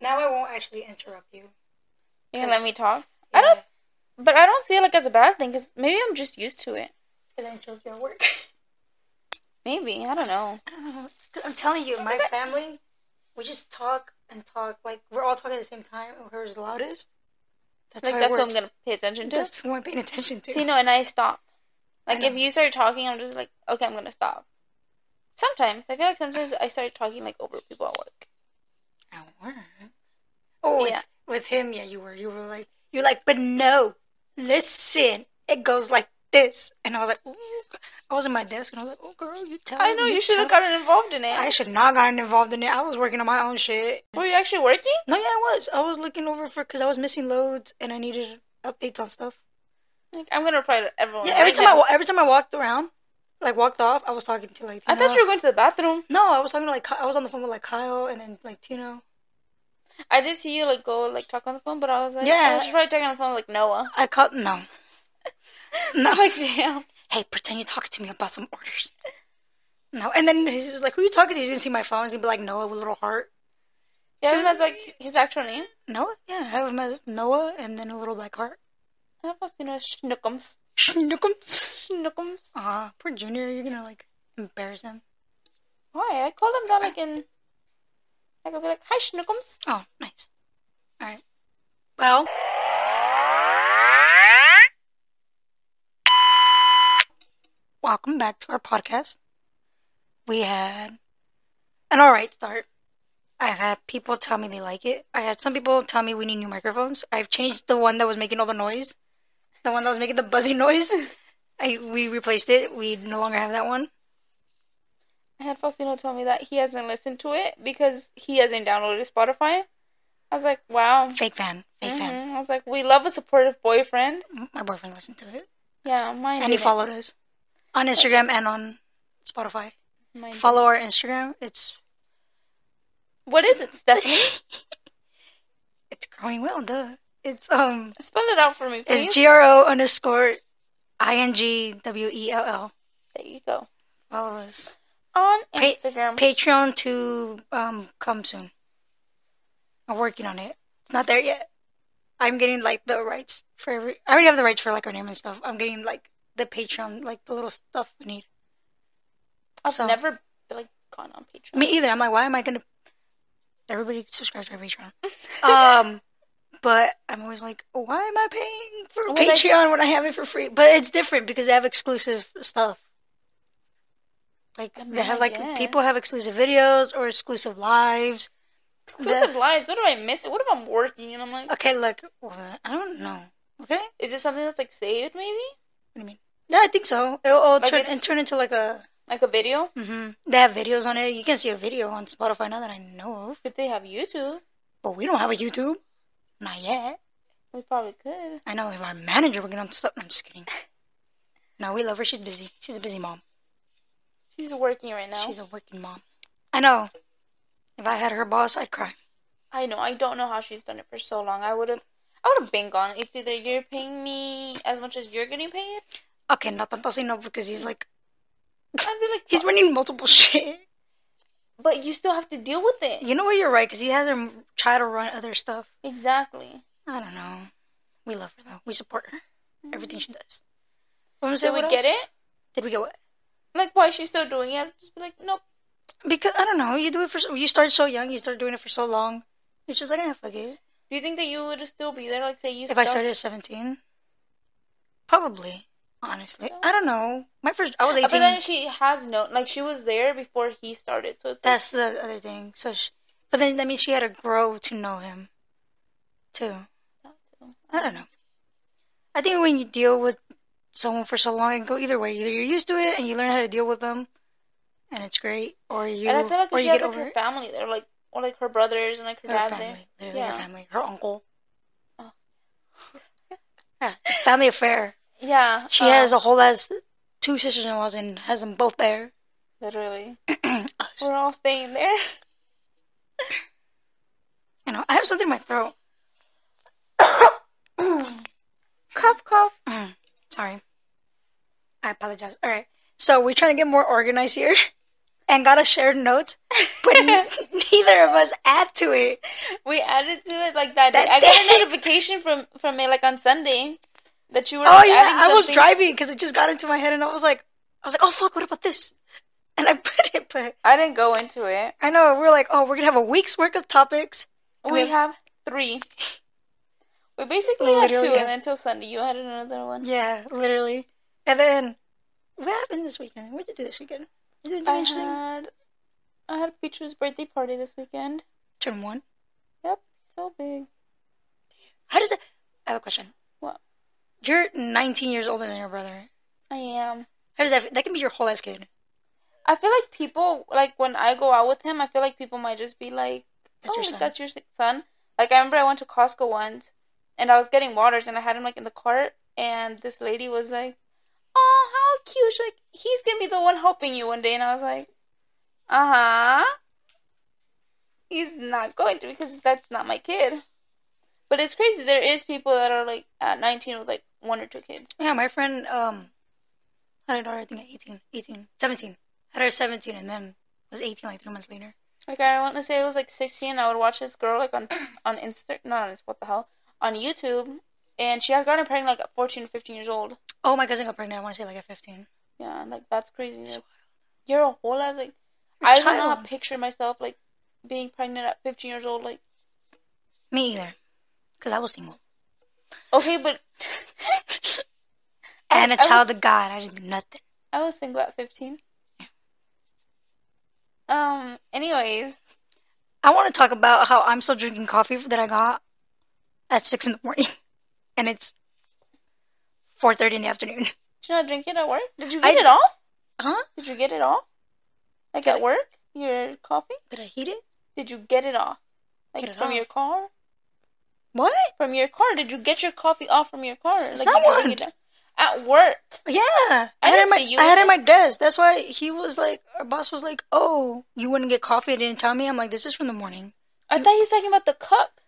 Now I won't actually interrupt you. You can let me talk. Yeah, I don't, but I don't see it like as a bad thing because maybe I'm just used to it. because I enjoyed your work. Maybe I don't know. I don't know. It's 'cause I'm telling you, my family, we just talk and talk. Like we're all talking at the same time. and Whoever's loudest. That's like how it that's what I'm works. gonna pay attention to. That's who I'm paying attention to. See, no, and I stop. Like if know. you start talking, I'm just like, okay, I'm gonna stop. Sometimes I feel like sometimes I start talking like over people at work. I weren't. Oh, with, Yeah. with him, yeah, you were. You were like, you're like, but no, listen, it goes like this, and I was like, ooh. I was in my desk, and I was like, oh, girl, you tell. I know you should have tell." gotten involved in it. I should not gotten involved in it. I was working on my own shit. Were you actually working? No, yeah, I was. I was looking over for because I was missing loads, and I needed updates on stuff. Like I'm gonna reply to everyone. Yeah, every right time now. I wa- every time I walked around, like walked off, I was talking to like. I Tino. thought you were going to the bathroom. No, I was talking to like Ky- I was on the phone with like Kyle, and then like Tino. I did see you like go like talk on the phone, but I was like, Yeah. I was just probably talking on the phone with, like Noah. I called no. No, Like damn. hey, pretend you're talking to me about some orders. No, and then he was like, who you talking to? He's gonna see my phone. He's gonna be like, Noah with little heart. Yeah, him as like his actual name. Noah? Yeah, I have him as Noah and then a little black heart. I was you know Schnookums. Schnookums. Schnookums. Aw, poor Junior. You're gonna like embarrass him. Why? I called him that like in. Like I'll be like, hi Schnookums. Oh, nice. All right. Well, welcome back to our podcast. We had an all right start. I've had people tell me they like it. I had some people tell me we need new microphones. I've changed the one that was making all the noise, the one that was making the buzzy noise. I we replaced it. We no longer have that one. I had Faustino tell me that he hasn't listened to it because he hasn't downloaded Spotify. I was like, wow. Fake fan, fake fan. Mhm. I was like, we love a supportive boyfriend. My boyfriend listened to it. Yeah, mine. and he didn't. followed us on Instagram and on Spotify. Mine didn't. Follow our Instagram. It's What is it, Stephanie? it's growing well, duh. It's um Spell it out for me, please. it's G R O underscore I N G W E L L. there you go. Follow us. On Pa- Instagram. Patreon to um come soon. I'm working on it. It's not there yet. I'm getting like the rights for every I already have the rights for like our name and stuff. I'm getting like the Patreon, like the little stuff we need. I've so- never like gone on Patreon. Me either. I'm like, why am I gonna? Everybody subscribe to our Patreon. um, but I'm always like, why am I paying for Well, like- Patreon when I have it for free? But it's different because they have exclusive stuff. Like I they mean, have I like guess. people have exclusive videos or exclusive lives. Exclusive lives. What do I miss? What if I'm working and I'm like, Okay, look, what? I don't know. Okay, what is this something that's like saved maybe? do you mean? Yeah, I think so. It'll, it'll Like turn it's- and turn into like a. Like a video? hmm They have videos on it. You can see a video on Spotify now that I know of, Could they have YouTube? but we don't have a YouTube, not yet. We probably could. I know if our manager would get on something. I'm just kidding. No, we love her. She's busy. She's a busy mom. She's working right now. She's a working mom. I know. If I had her boss, I'd cry. I know. I don't know how she's done it for so long. I would have. I would have been gone. It's either you're paying me as much as you're getting paid. Okay, not tanto sino because he's like I'd be like, he's running multiple shit. but you still have to deal with it. You know what? You're right because he has her try to run other stuff. Exactly. I don't know. We love her though. We support her. Everything she does. What I'm Did saying, we what get else? it? Did we get what? Like, why is she still doing it? I'd just be like, nope. Because I don't know. You do it for so- you start so young. You start doing it for so long. You're just like, eh, fuck it. Do you think that you would still be there? Like, say you. If I stopped- started at 17, probably. Honestly, So- I don't know. My first, I was Uh, But 18. then she has no. Like, she was there before he started. So it's like, That's the other thing. So, sh but then that means she had to grow to know him, too. I don't know. I think when you deal with someone for so long, it can go either way. Either you're used to it and you learn how to deal with them, and it's great, or you, and I feel like or if she you has get like over her it. family there, like or like her brothers and like her, Her dad family, there. literally her Yeah. family, her uncle. Oh. yeah, it's a family affair. Yeah. She uh, has a whole ass two sisters in laws and has them both there. Literally. Us. We're all staying there. You know, I have something in my throat. cough, cough. Mm, sorry. I apologize. All right. So we're trying to get more organized here. and got a shared note, but ne- neither of us add to it. We added to it like that. day. That I got day. a notification from from it like on Sunday that you were. Oh like, yeah, adding I was something. driving because it just got into my head, and I was like, I was like, oh fuck, what about this? And I put it, but I didn't go into it. I know we we're like, oh, we're gonna have a week's worth of topics. And We we- have three. We basically had Literally, two, yeah. and then till Sunday you had another one. Yeah, literally. And then, what happened this weekend? What did you do this weekend? You did anything I interesting? had I had Pichu's birthday party this weekend. Turn one. Yep, so big. How does that? I have a question. What? You're 19 years older than your brother. I am. How does that? That can be your whole ass kid. I feel like people like when I go out with him. I feel like people might just be like, That's "Oh, your like, son. that's your si- son." Like I remember I went to Costco once, and I was getting waters, and I had him like in the cart, and this lady was like, "Oh, how cute!" She's like, "He's gonna be the one helping you one day," and I was like, "Uh huh." He's not going to because that's not my kid. But it's crazy. There is people that are like at 19 with like one or two kids. Yeah, my friend um had a daughter I think at 18, 18, 17. Had her 17 and then was 18 like three months later. Like I want to say it was like 16. I would watch this girl like on on Insta, not on Insta, what the hell, on YouTube, and she had gotten pregnant like at 14 or 15 years old. Oh, my cousin got pregnant. I want to say like at 15. Yeah, and, like that's crazy. It's Like, you're a whole ass like You're a I do not child. picture myself like being pregnant at 15 years old. Like Me either, because I was single okay, but and a I child of God. I didn't do nothing. I was single at 15. Um. Anyways, I want to talk about how I'm still drinking coffee that I got at six in the morning, and it's 4:30 in the afternoon. did you not drink it at work? Did you I get it d- off? Huh? Did you get it off? Like at work, your coffee? Did I heat it? Did you get it off? Like Get it from off. your car? What? from your car? Did you get your coffee off from your car? Like, did you Someone. bring it down- At work. Yeah, I, had it didn't in my see you I in had it it. in my desk. That's why he was like, our boss was like, "Oh, you wouldn't get coffee? and didn't tell me." I'm like, "This is from the morning." I thought he was talking about the cup.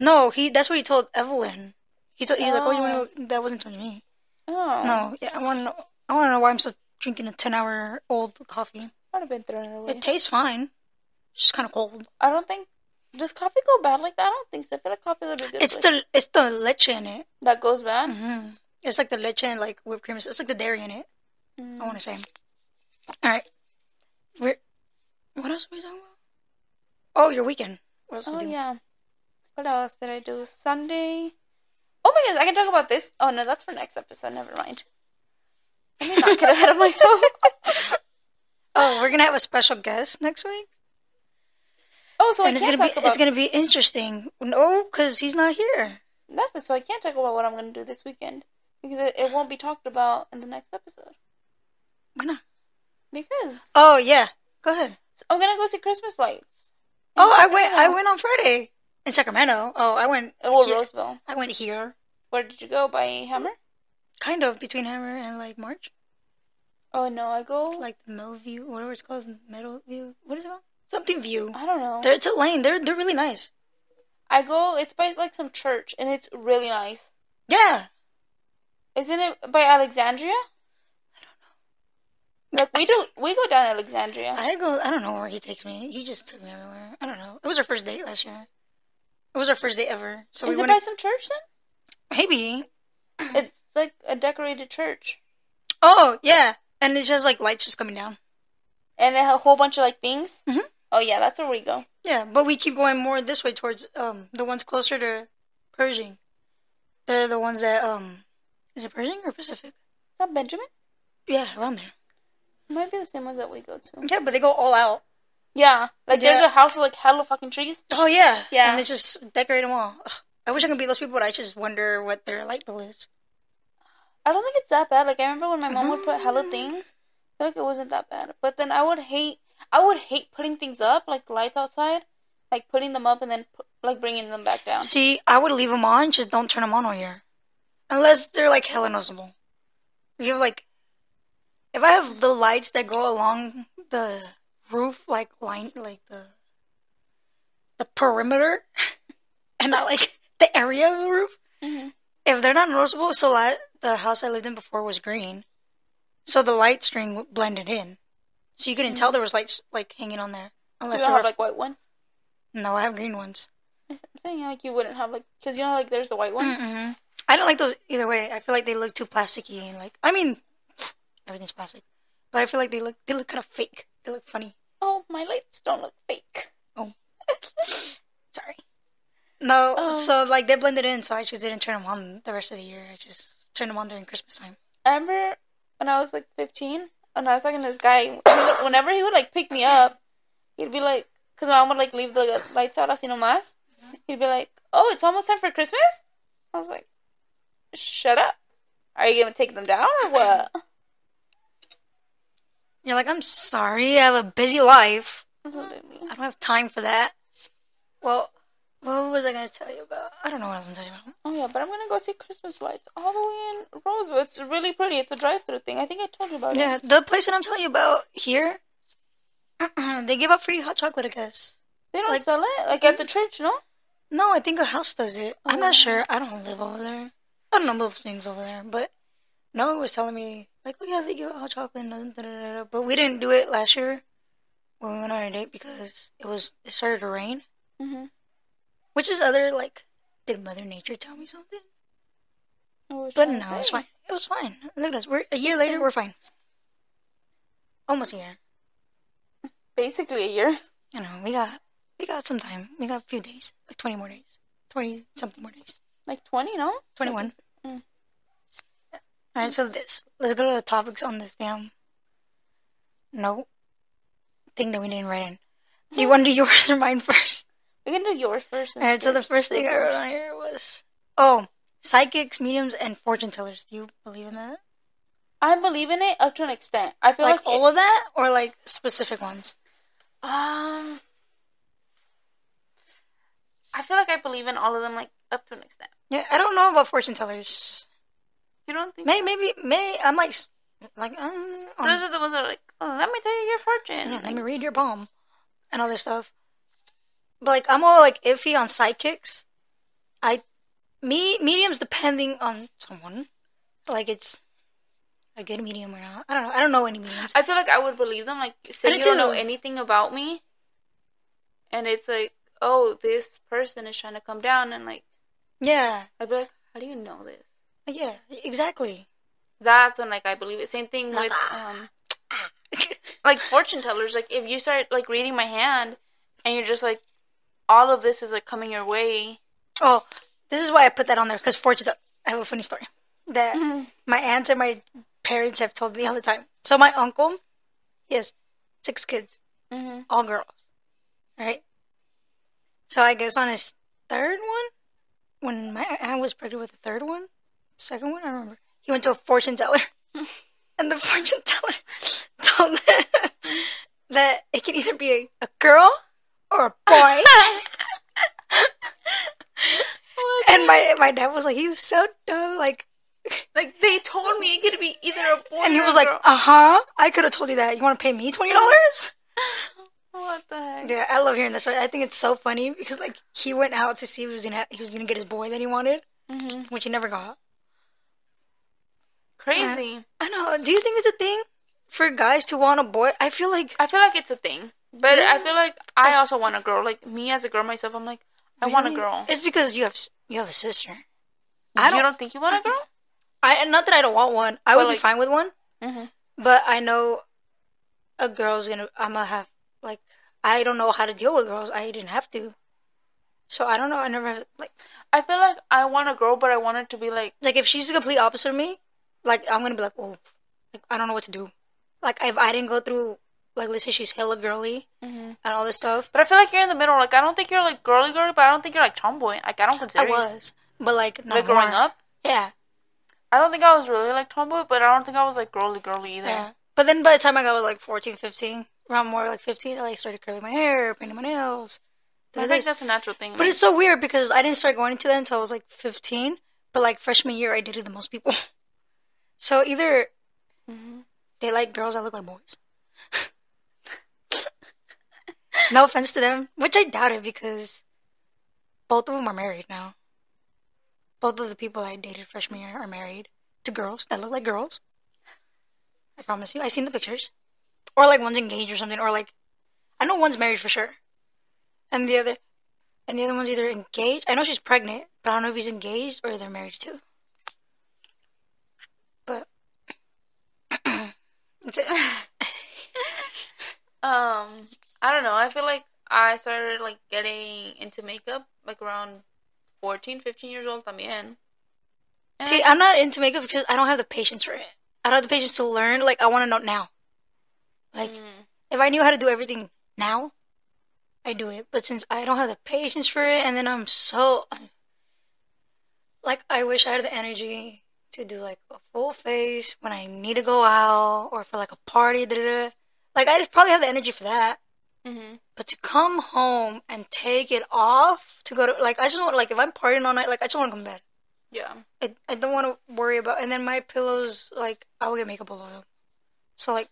No, he. That's what he told Evelyn. He told he was like, "Oh, you Oh. want to?" That wasn't told me. Oh. No, yeah, I want to know. I want to know why I'm still drinking a 10 hour old coffee. I'd have been thrown away. It tastes fine. It's just kind of cold. I don't think. Does coffee go bad like that? I don't think so. I feel like coffee would be good. It's like- the it's the leche in it. that goes bad. hmm It's like the leche and like whipped cream. It's like the dairy in it. Mm. I want to say. All right. We're, what else were we talking about? Oh, your weekend. What else did Oh you do? yeah. What else did I do? Sunday. Oh my goodness, I can talk about this. Oh no, that's for next episode. Never mind. Let me not get ahead of myself. Oh, we're gonna have a special guest next week, Oh, so and I it's can't gonna talk be about. it's gonna be interesting. No, because he's not here. That's it. So I can't talk about what I'm gonna do this weekend because it, it won't be talked about in the next episode. Why not? Because Oh yeah. Go ahead. So I'm gonna go see Christmas lights. In Oh, I went. I Sacramento. went on Friday in Sacramento. Oh, I went. Oh, here- Roseville. I went here, Where did you go? By Hammer? kind of between Hammer and like March, Oh no, I go. Like like Millview, whatever it's called, Middle View. What is it called? Something View. I don't know. They're, it's a lane. They're they're really nice. I go. It's by like some church, and it's really nice. Yeah. Isn't it by Alexandria? Like we do, we go down Alexandria. I go. I don't know where he takes me. He just took me everywhere. I don't know. It was our first date last year. It was our first date ever. So Is we it by went. some church Maybe. then? It's like a decorated church, Oh yeah, and it's just like lights just coming down. and it had a whole bunch of like things. Mhm. Oh yeah, that's where we go. Yeah, but we keep going more this way towards um the ones closer to Pershing. They're the ones that um is it Pershing or Pacific? Is that Benjamin? Yeah, around there. Might be the same ones that we go to. Yeah, but they go all out. Yeah, like there's Yeah. a house with like hella fucking trees. Oh yeah, Yeah. And they just decorate them all. Ugh. I wish I could be those people, but I just wonder what their light bill is. I don't think it's that bad. Like I remember when my mom would put hella No. things. I feel like it wasn't that bad. But then I would hate, I would hate putting things up like lights outside, like putting them up and then pu- like bringing them back down. See, I would leave them on, just don't turn them on all year, unless they're like hella noticeable. If you have like, if I have the lights that go along the roof, like line, like the the perimeter, and not like the area of the roof. Mhm. If they're not noticeable, so la- the house I lived in before was green, so the light string blended in. So you couldn't tell there was lights like hanging on there, You unless don't there were have like white ones. no. I have green ones. I'm saying like you wouldn't have like because you know like there's the white ones. Mm-mm. I don't like those either way. I feel like they look too plasticky and like I mean, everything's plastic, but I feel like they look they look kind of fake. They look funny. Oh, my lights don't look fake. Sorry. No, Oh. so like they blended in, so I just didn't turn them on the rest of the year. I just turned them on during Christmas time. I remember when I was like 15, and I was talking to this guy. he would- Whenever he would like pick me up, he'd be like, because my mom would like leave the lights out así nomás. He'd be like, "Oh, it's almost time for Christmas." I was like, "Shut up! Are you gonna take them down or what?" You're like, I'm sorry, I have a busy life. I I don't have time for that. Well, what was I gonna tell you about? I don't know what I was gonna tell you about. Oh yeah, but I'm gonna go see Christmas lights all the way in Rosewood. It's really pretty. It's a drive-through thing. I think I told you about it. Yeah, the place that I'm telling you about here, they give out free hot chocolate, I guess. They don't Like- sell it like at the church, no? No, I think a house does it. I'm Oh. not sure. I don't live over there. I don't know those things over there, but no one was telling me like, oh yeah, they give out hot chocolate. And da, da, da, da. But we didn't do it last year when we went on a date because it was it started to rain, Mm-hmm. which is other like, did Mother Nature tell me something? But no, it's fine. It was fine. Look at us. We're a year later. fine. We're fine. Almost a year. Basically a year. You know, we got we got some time. We got a few days, like twenty more days, twenty something more days, Like 20, no? twenty one. Mm. All right, so this let's go to the topics on this damn no thing that we didn't write in. Do Hmm. you want to do yours or mine first? We can do yours first. All right, so the instead. first thing I wrote on here was oh psychics, mediums, and fortune tellers. Do you believe in that? I believe in it up to an extent. I feel Like like, all of that, or like specific ones? it- um, I feel like I believe in all of them, like up to an extent. Yeah, I don't know about fortune tellers. You don't think? May maybe may I'm like s- like um, um, Those are the ones that are like, oh, let me tell you your fortune. yeah, let Like, me read your palm and all this stuff. But like I'm all like iffy on sidekicks. I me mediums depending on someone. Like it's a good medium or not. I don't know. I don't know any mediums. I feel like I would believe them. Like, say do you don't know too. anything about me, and it's like, oh, this person is trying to come down, and like, Yeah. I'd be like, how do you know this? Like, Yeah, exactly. That's when like I believe it. Same thing with um, like fortune tellers like if you start like reading my hand and you're just like all of this is like coming your way oh, this is why I put that on there cuz fortune I have a funny story that my aunts and my parents have told me all the time. So my uncle, he has six kids. mm-hmm. all girls. Right? So I guess on his third one, when my I was pregnant with the third one, second one, I don't remember. He went to a fortune teller. and the fortune teller told him that it could either be a, a girl or a boy. and my my dad was like, he was so dumb, like like they told me it could be either a boy and he or a was like, girl. uh huh, I could have told you that. You wanna pay me twenty dollars? what the heck Yeah, I love hearing this story. I think it's so funny because like he went out to see if he was gonna he was gonna get his boy that he wanted, hmm which he never got. crazy I know. Do you think it's a thing for guys to want a boy? I feel like i feel like it's a thing but i feel like i also want a girl like me as a girl myself i'm like i want a really, girl It's because you have s- you have a sister. I you don't. don't think you want a girl I and not that I don't want one. I would be But, like- fine with one, mm-hmm. but I know a girl's gonna. I'm gonna have like I don't know how to deal with girls. I didn't have to, so I don't know. I never like i feel like i want a girl but i want it to be like like if she's the complete opposite of me, like I'm gonna be like, oh, like I don't know what to do. Like if I didn't go through, like let's say she's hella girly Mm-hmm. and all this stuff. but i feel like you're in the middle like i don't think you're like girly girly but i don't think you're like tomboy like i don't consider I was, but like you not like growing more. up Yeah, I don't think I was really like tomboy, but I don't think I was like girly girly either. yeah. But then by the time I got like 14, 15, around more like 15, I like started curling my hair, painting my nails. I think that's a natural thing. But it's so weird because I didn't start going into that until I was like 15. But like freshman year, I dated the most people. so either they like girls that look like boys. no offense to them, which I doubt it because both of them are married now. Both of the people I dated freshman year are married to girls that look like girls. I promise you. I seen the pictures. Or like one's engaged or something, or like I know one's married for sure. And the other and the other one's either engaged. I know she's pregnant, but I don't know if he's engaged or they're married too. But that's it. Um, I don't know. I feel like I started like getting into makeup like around 14, 15 years old también. And See, I'm not into makeup because I don't have the patience for it. I don't have the patience to learn. Like I want to know now. Like Mm, if I knew how to do everything now, I do it. But since I don't have the patience for it, and then I'm so like I wish I had the energy to do like a full face when I need to go out or for like a party. Da, da, da. Like I just probably have the energy for that. mhm. But to come home and take it off to go to like I just want like if I'm partying all night, like I just want to come to bed. Yeah. I, I don't want to worry about. And then my pillows, like I will get makeup all over them. So like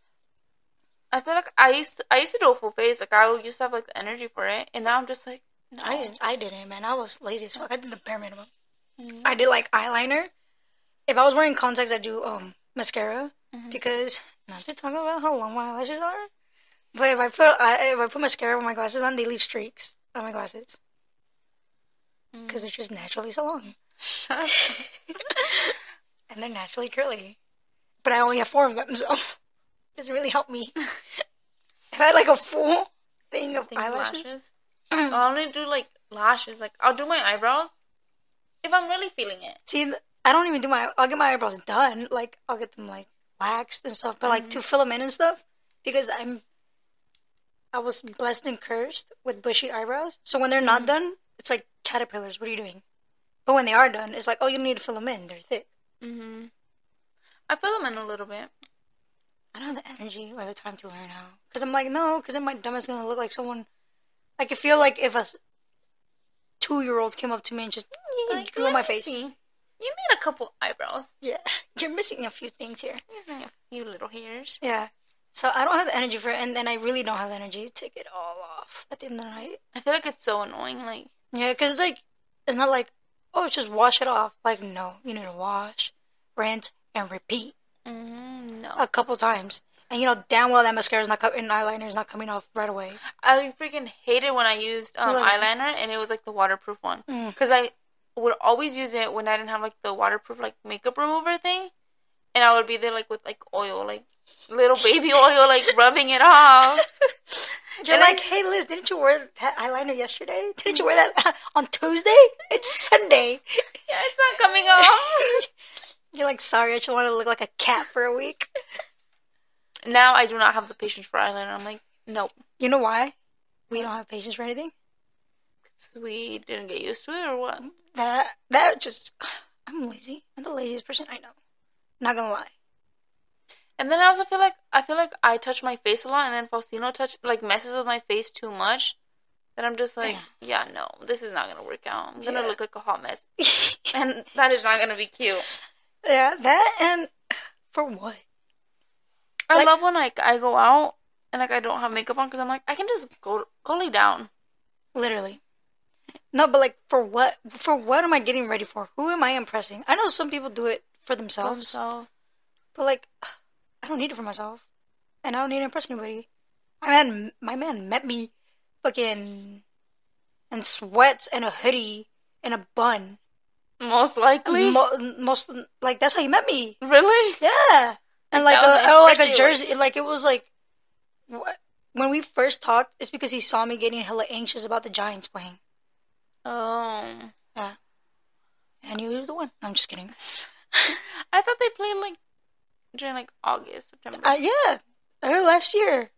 I feel like I used to, I used to do a full face. Like I used to have like the energy for it, and now I'm just like no. I just I didn't, man. I was lazy as fuck. I did the bare minimum. Mhm. I did like eyeliner. If I was wearing contacts, I'd do um mascara Mhm. because not to talk about how long my eyelashes are, but if I put I, if I put mascara with my glasses on, they leave streaks on my glasses because they're just naturally so long and they're naturally curly. But I only have four of them, so it doesn't really help me. if I had like a full thing of Think of eyelashes, lashes. I only do like lashes. Like I'll do my eyebrows if I'm really feeling it. See, th- I don't even do my. I'll get my eyebrows done. Like I'll get them like waxed and stuff. But like Mm-hmm. to fill them in and stuff, because I'm. I was blessed and cursed with bushy eyebrows. So when they're Mm-hmm. not done, it's like caterpillars. What are you doing? But when they are done, it's like, oh, you need to fill them in. They're thick. Mm-hmm. I fill them in a little bit. I don't have the energy or the time to learn how. Because I'm like, no, because then my dumb is going to look like someone. I could feel like if a two year old came up to me and just Like, drew on let my me face. see. You need a couple eyebrows. Yeah, you're missing a few things here. There's only a few little hairs. Yeah. So I don't have the energy for it, and then I really don't have the energy to take it all off at the end of the night. I feel like it's so annoying. Like, Yeah, because it's like, it's not like, oh, just wash it off. Like, no, you need to wash, rinse, and repeat mm, no. a couple times. And you know damn well that mascara's not co- and eyeliner's not coming off right away. I freaking hated when I used um, Really? eyeliner and it was like the waterproof one. Mm. Because I would always use it when I didn't have like the waterproof like makeup remover thing. And I would be there like with like oil, like little baby oil, like rubbing it off. You're And I- like, hey Liz, didn't you wear that eyeliner yesterday? Didn't you wear that on Tuesday? It's Sunday. Yeah, it's not coming off. You're like, sorry, I just want to look like a cat for a week. now I do not have the patience for eyeliner. I'm like, nope. You know why? We don't have patience for anything. 'Cause We didn't get used to it or what? That that just I'm lazy. I'm the laziest person I know. Not gonna lie. And then I also feel like I feel like I touch my face a lot, and then Faustino touch like messes with my face too much. That I'm just like, yeah, no, this is not gonna work out. I'm gonna Yeah. look like a hot mess, and that is not gonna be cute. yeah, that and for what? I Like- love when like I go out and like I don't have makeup on because I'm like I can just go go lay down. Literally. No, but like for what? For what am I getting ready for? Who am I impressing? I know some people do it for by themselves, myself. but like I don't need it for myself, and I don't need to impress anybody. My man, my man met me, fucking, in sweats and a hoodie and a bun. most likely. Mo- most like that's how he met me. really? Yeah, and Like, like that a was my or like first a day with- jersey, like it was like wh- when we first talked. It's because he saw me getting hella anxious about the Giants playing, Oh, and I knew he was the one. No, I'm just kidding. I thought they played like during like August, September. Uh, yeah, earlier last year.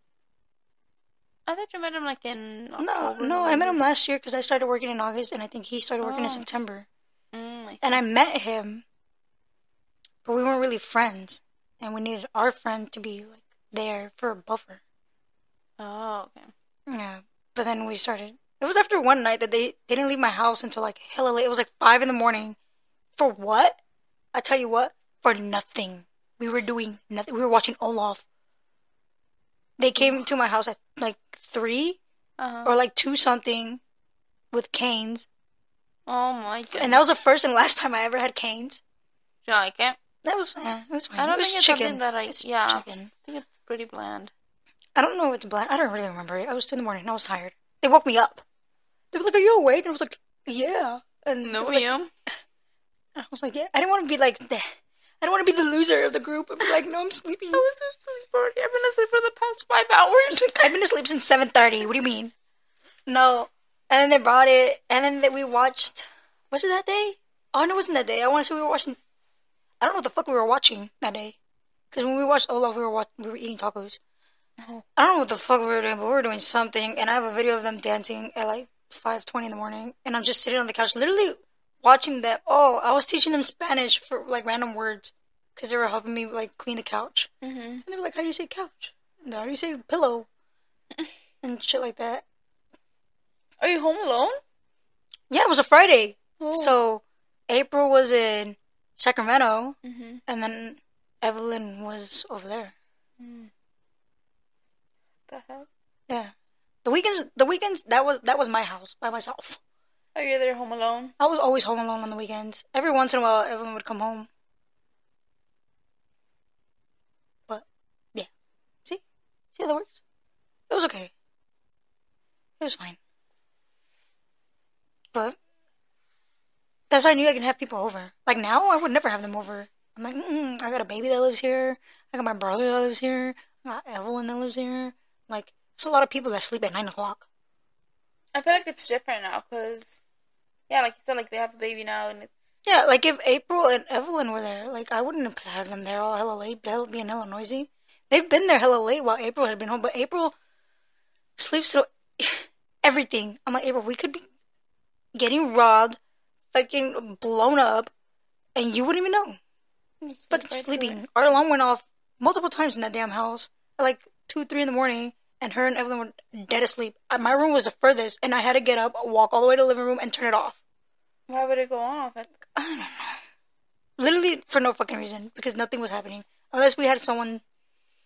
I thought you met him like in No, October, no, I met November. him last year because I started working in August, and I think he started working in Oh. September. Mm, I see. And I met him, but we weren't really friends, and we needed our friend to be like there for a buffer. Oh, okay. Yeah, but then we started. It was after one night that they, they didn't leave my house until like hella late. It was like five in the morning. For what? I tell you what, for nothing. We were doing nothing. We were watching Olaf. They came to my house at like three Uh-huh. or like two something with canes. Oh my god. And that was the first and last time I ever had canes. you like it? That was, eh, it was fine. I don't it was think it's chicken. something that I- It's yeah. chicken. I think it's pretty bland. I don't know if it's black. I don't really remember it. I was two in the morning. I was tired. They woke me up. They were like, "Are you awake?" And I was like, "Yeah." And they No, were I like- am. I was like, "Yeah." I didn't want to be like the. I don't want to be the loser of the group. I'm like, "No, I'm sleepy. I was asleep already. I've been asleep for the past five hours. I've been asleep since 7:30. What do you mean?" No. And then they brought it. And then that we watched. Was it that day? Oh no, it wasn't that day. I want to say we were watching. I don't know what the fuck we were watching that day. Because when we watched Olaf, we were watch- we were eating tacos. I don't know what the fuck we were doing, but we were doing something, and I have a video of them dancing at like five twenty in the morning, and I'm just sitting on the couch, literally watching that. Oh, I was teaching them Spanish for like random words, because they were helping me like clean the couch, Mm-hmm. and they were like, "How do you say couch?" And how do you say pillow? and shit like that. Are you home alone? Yeah, it was a Friday, Oh. so April was in Sacramento, Mm-hmm. and then Evelyn was over there. The hell? Yeah, the weekends, the weekends that was that was my house by myself. Are you there home alone? I was always home alone on the weekends. Every once in a while, Evelyn would come home. But, yeah. See? See how that works? It was okay. It was fine. But, that's why I knew I could have people over. Like, now, I would never have them over. I'm like, mm I got a baby that lives here. I got my brother that lives here. I got Evelyn that lives here. Like, it's a lot of people that sleep at 9 o'clock. I feel like it's different now because, yeah, like you said, like they have a baby now and it's. Yeah, like if April and Evelyn were there, like I wouldn't have had them there all hella late. They'll be in hella noisy. They've been there hella late while April had been home, but April sleeps through everything. I'm like, April, we could be getting robbed, fucking blown up, and you wouldn't even know. But it's sleeping. Our alarm went off multiple times in that damn house at like two, three in the morning, and her and Evelyn were dead asleep. Uh, My room was the furthest, and I had to get up, walk all the way to the living room, and turn it off. Why would it go off? At... literally for no fucking reason because nothing was happening unless we had someone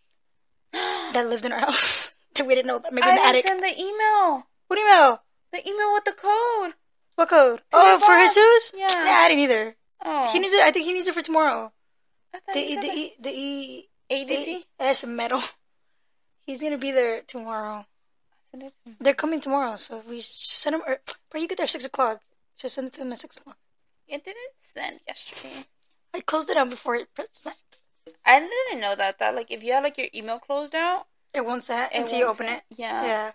that lived in our house that we didn't know about maybe I in the didn't attic send the email. what email The email with the code. what code To oh my for boss. jesus Yeah. yeah i didn't either Oh. he needs it i think he needs it for tomorrow I thought the you e said the that- e the e ADT? the s metal he's gonna be there tomorrow Send it to me. they're coming tomorrow so we just send him or, bro you get there at six o'clock just send it to him at six o'clock It didn't send yesterday. i closed it out before it pressed send. I didn't know that. That like if you had like your email closed out, it won't send it until you won't open send- it Yeah. Yeah.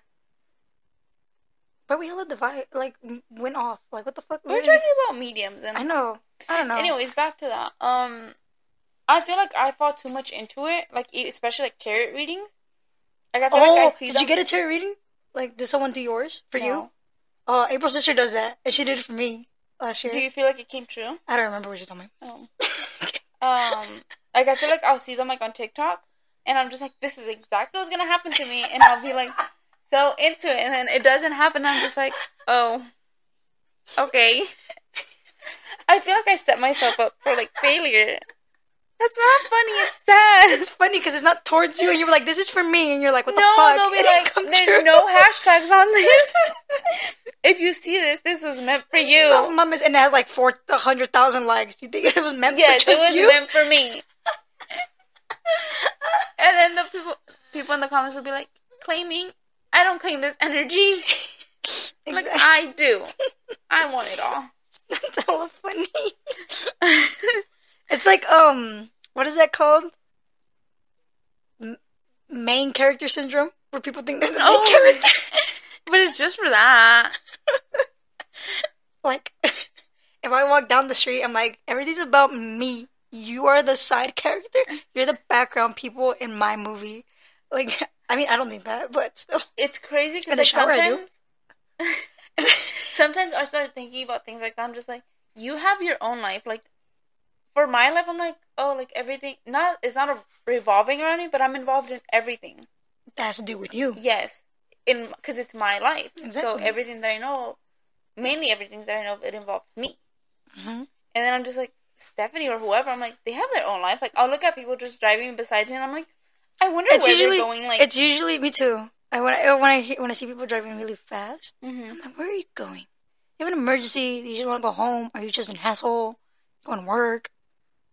But we hella divide, like, m- went off. Like, what the fuck? We're We didn't- talking about mediums and I know. I don't know. Anyways, back to that. Um, I feel like I fall too much into it, like e- especially like tarot readings. Like I feel oh, like I see did them. you get a tarot reading? Like, did someone do yours for you? No. Oh, April's sister does that, and she did it for me last year. Do you feel like it came true? I don't remember what she told me. Oh. Um, like I feel like I'll see them like on TikTok, and I'm just like, this is exactly what's gonna happen to me, and I'll be like so into it, and then it doesn't happen. I'm just like, oh, okay. I feel like I set myself up for like failure. That's not funny. It's sad. It's funny because it's not towards you, and you were like, "This is for me," and you're like, "What the no, fuck?" they'll be It didn't like, come there's true." no hashtags on this. if you see this, this was meant for you. Oh, mom is, and it has like four hundred thousand likes. Do you think it was meant yes, for it just was you? meant for me. and then the people, people in the comments will be like, claiming, I don't claim this energy. I'm Like Exactly. I do. I want it all. That's hella funny. It's like um, what is that called? M- main character syndrome, where people think they're the main Oh. character. but it's just for that. Like, if I walk down the street, I'm like, everything's about me. You are the side character. You're the background people in my movie. Like, I mean, I don't think that, but still, It's crazy In because the shower, like I do. sometimes, sometimes I start thinking about things like that. I'm just like, you have your own life. Like for my life, I'm like, oh, like everything. Not it's not a revolving around me, but I'm involved in everything. that has to do with you. Yes, in because it's my life. So Exactly. everything that I know, mainly everything that I know, it involves me. Mhm. And then I'm just like Stephanie or whoever. I'm like, they have their own life. Like I'll look at people just driving beside me, and I'm like, I wonder It's where usually, they're going. Like, it's usually me too. I when I when I hear- when I see people driving really fast, Mhm. I'm like, where are you going? You have an emergency. You just want to go home. Are you just an asshole? Going to work?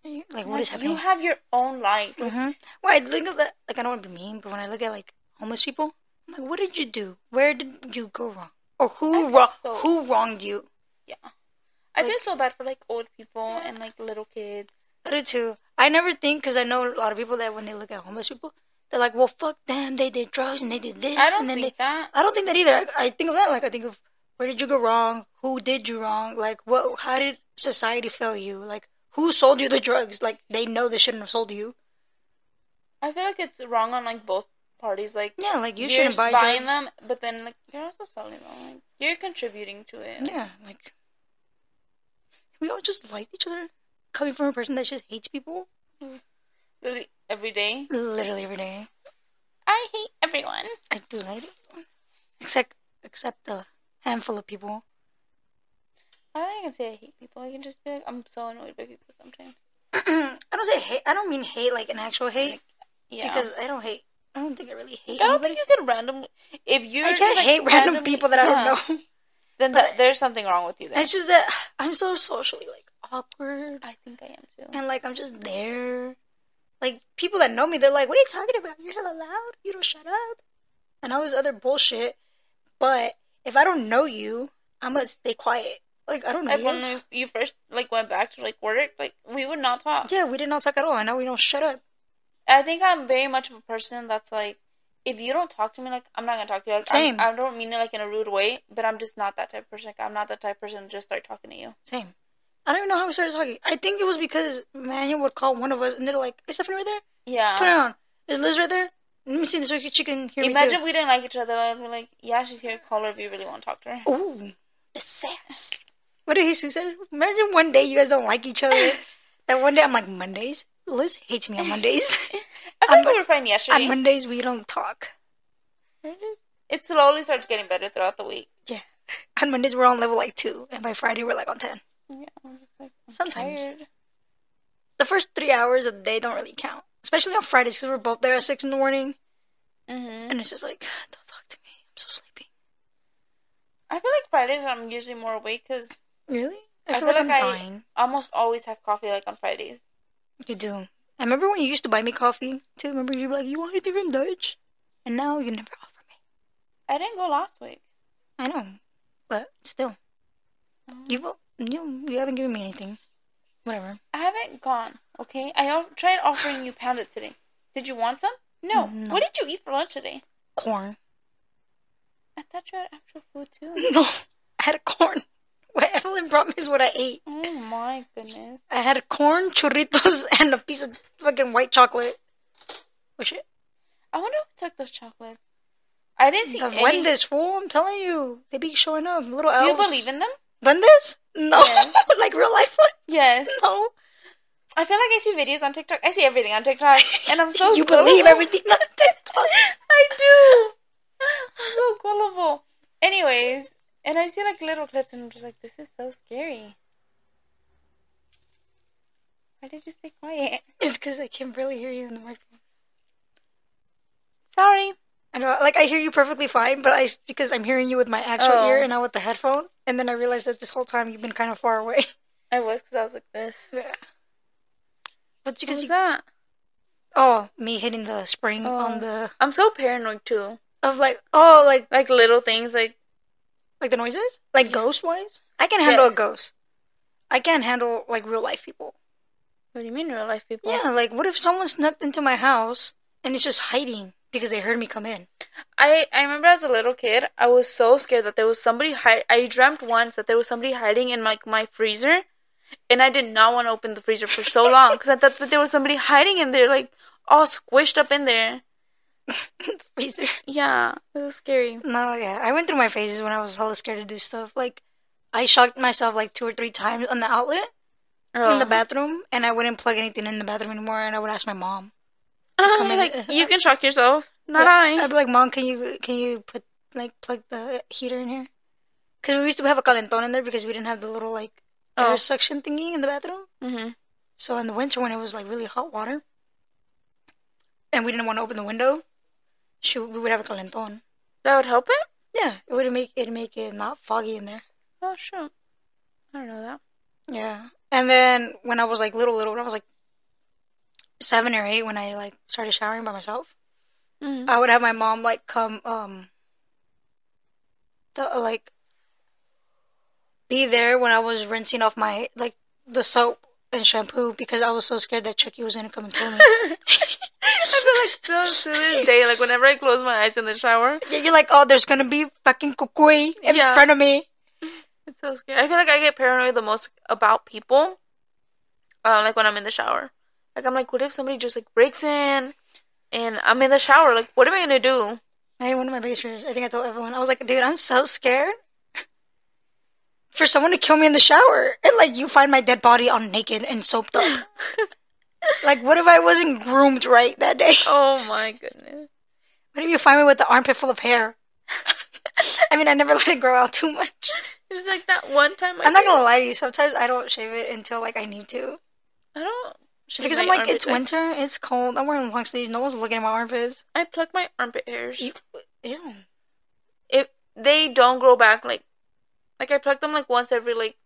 Are you- Like, what is Like, you happening? have your own life. Mm-hmm. Well, I look at that. Like, I don't want to be mean, but when I look at like homeless people. I'm like, what did you do? Where did you go wrong? Or I who feel wrong? so- Who wronged you? Yeah. I feel Like- so bad for like old people and like little kids. I do too. I never think because I know a lot of people that when they look at homeless people, they're like, "Well, fuck them. They did drugs and they did this." I don't and then think they... that. I don't think that either. I, I think of that like I think of where did you go wrong? Who did you wrong? Like what? How did society fail you? Like who sold you the drugs? Like they know they shouldn't have sold you. I feel like it's wrong on like both parties. Like Yeah, like you are shouldn't buy buying drugs. them, but then like you're also selling them. Like you're contributing to it. Like, Yeah, like we all just liked each other. Coming from a person that just hates people Literally every day. literally every day. I hate everyone. I do hate it. Except except the handful of people. I don't think I can say I hate people. I can just be like I'm so annoyed by people sometimes. I don't say hate. I don't mean hate like an actual hate Yeah. because I don't hate. I don't think I really hate. I don't anybody. think you can random if you I can't hate random people that I don't know. Then th- there's something wrong with you. Then It's just that I'm so socially like awkward I think I am too. and like I'm just there. Like people that know me, they're like, "What are you talking about? You're hella loud. You don't shut up," and all this other bullshit. But if I don't know you, I'm gonna stay quiet. Like I don't know Like you. when we, you first like went back to like work, like we would not talk. Yeah, we did not talk at all, and now we don't shut up. I think I'm very much of a person that's like, if you don't talk to me, like I'm not gonna talk to you. Like Same. I'm, I don't mean it like in a rude way, but I'm just not that type of person. Like I'm not that type of person to just start talking to you. Same. I don't even know how we started talking. I think it was because Manuel would call one of us, and they're like, "Is Stephanie right there? Put it Yeah. on. Is Liz right there? Let me see this so she can hear me too." Imagine we didn't like each other. Like, we're like, yeah, she's here. Call her if you really want to talk to her. Ooh, the sass. What did Jesus say? Imagine one day you guys don't like each other. that one day I'm like, Mondays? Liz hates me on Mondays. I feel I'm like we were fine yesterday. on Mondays, we don't talk. It just- it slowly starts getting better throughout the week. Yeah. On Mondays, we're on level like two, and by Friday, we're like on 10. Yeah, I'm just like I'm Sometimes. tired. The first three hours of the day don't really count, especially on Fridays because we're both there at 6 in the morning, hmm and it's just like, don't talk to me. I'm so sleepy. I feel like Fridays I'm usually more awake because Really? I I feel, feel like, like I'm I- dying. I almost always have coffee like on Fridays. You do. I remember when you used to buy me coffee, too. Remember you'd be like, you want anything from Dutch? And now you never offer me. I didn't go last week. I know, but still, you've you you haven't given me anything. Whatever. I haven't gone. Okay, I off- tried offering you pounded today. Did you want some? No. No. What did you eat for lunch today? Corn. I thought you had actual food too. No, I had a corn. What Evelyn brought me is what I ate. oh my goodness. I had a corn, churritos, and a piece of fucking white chocolate. Oh, Which I wonder who took those chocolates. I didn't see the any. Wendy's fool. I'm telling you, they be showing up. Little elves. Do you believe in them? Wendy's? No, Yes. like real life one. Yes. No, I feel like I see videos on TikTok. I see everything on TikTok, and I'm so you believe gullible. everything on TikTok. I do. I'm so gullible. Anyways, and I see like little clips, and I'm just like, this is so scary. Why did you stay quiet? It's because I can barely hear you in the microphone. Sorry. I know, like I hear you perfectly fine, but I because I'm hearing you with my actual Oh. ear and not with the headphone, and then I realized that this whole time you've been kind of far away. I was because I was like this. yeah. But because Who's you, that? oh, me hitting the spring Oh. on the I'm so paranoid too. of like oh like Like little things, like like the noises like ghost wise. I can handle a Yes. ghost. I can't handle like real life people. what do you mean real life people? Yeah, like what if someone snuck into my house and it's just hiding because they heard me come in? I I remember as a little kid, I was so scared that there was somebody. Hi- I dreamt once that there was somebody hiding in like my freezer, and I did not want to open the freezer for so long because I thought that there was somebody hiding in there, like all squished up in there. Freezer. Yeah, it was scary. No, yeah. I went through my phases when I was hella scared to do stuff. Like, I shocked myself like two or three times on the outlet in the Oh. bathroom, and I wouldn't plug anything in the bathroom anymore, and I would ask my mom. Oh, come in. like, you can shock yourself, not Like, I. I'd be like, Mom, can you can you put like plug the heater in here? Because we used to have a calentón in there because we didn't have the little like air Oh. suction thingy in the bathroom. hmm So in the winter when it was like really hot water, and we didn't want to open the window, she, we would have a calentón. That would help it. Yeah, it would make it make it not foggy in there. Oh sure. I don't know that. Yeah. And then when I was like little, little, when I was like seven or eight, when I like started showering by myself, Mhm. I would have my mom like come um the like be there when I was rinsing off my like the soap and shampoo because I was so scared that Chucky was gonna come and kill me. I feel like still to this day, like whenever I close my eyes in the shower, Yeah, You're like, oh, there's gonna be fucking cuckoo in Yeah. front of me. it's so scary. I feel like I get paranoid the most about people, uh, like when I'm in the shower. Like I'm like, what if somebody just like breaks in, and I'm in the shower? Like, what am I gonna do? I had one of my biggest fears. I think I told everyone. I was like, dude, I'm so scared for someone to kill me in the shower, and like you find my dead body on naked and soaped up. like, what if I wasn't groomed right that day? Oh my goodness. What if you find me with the armpit full of hair? I mean, I never let it grow out too much. It's like that one time. I I'm not did- gonna lie to you. Sometimes I don't shave it until like I need to I don't. shave because my I'm like, armpit, it's winter, it's cold. I'm wearing long sleeves. No one's looking at my armpits. I pluck my armpit hairs. You, ew. If they don't grow back, like, like I pluck them like once every like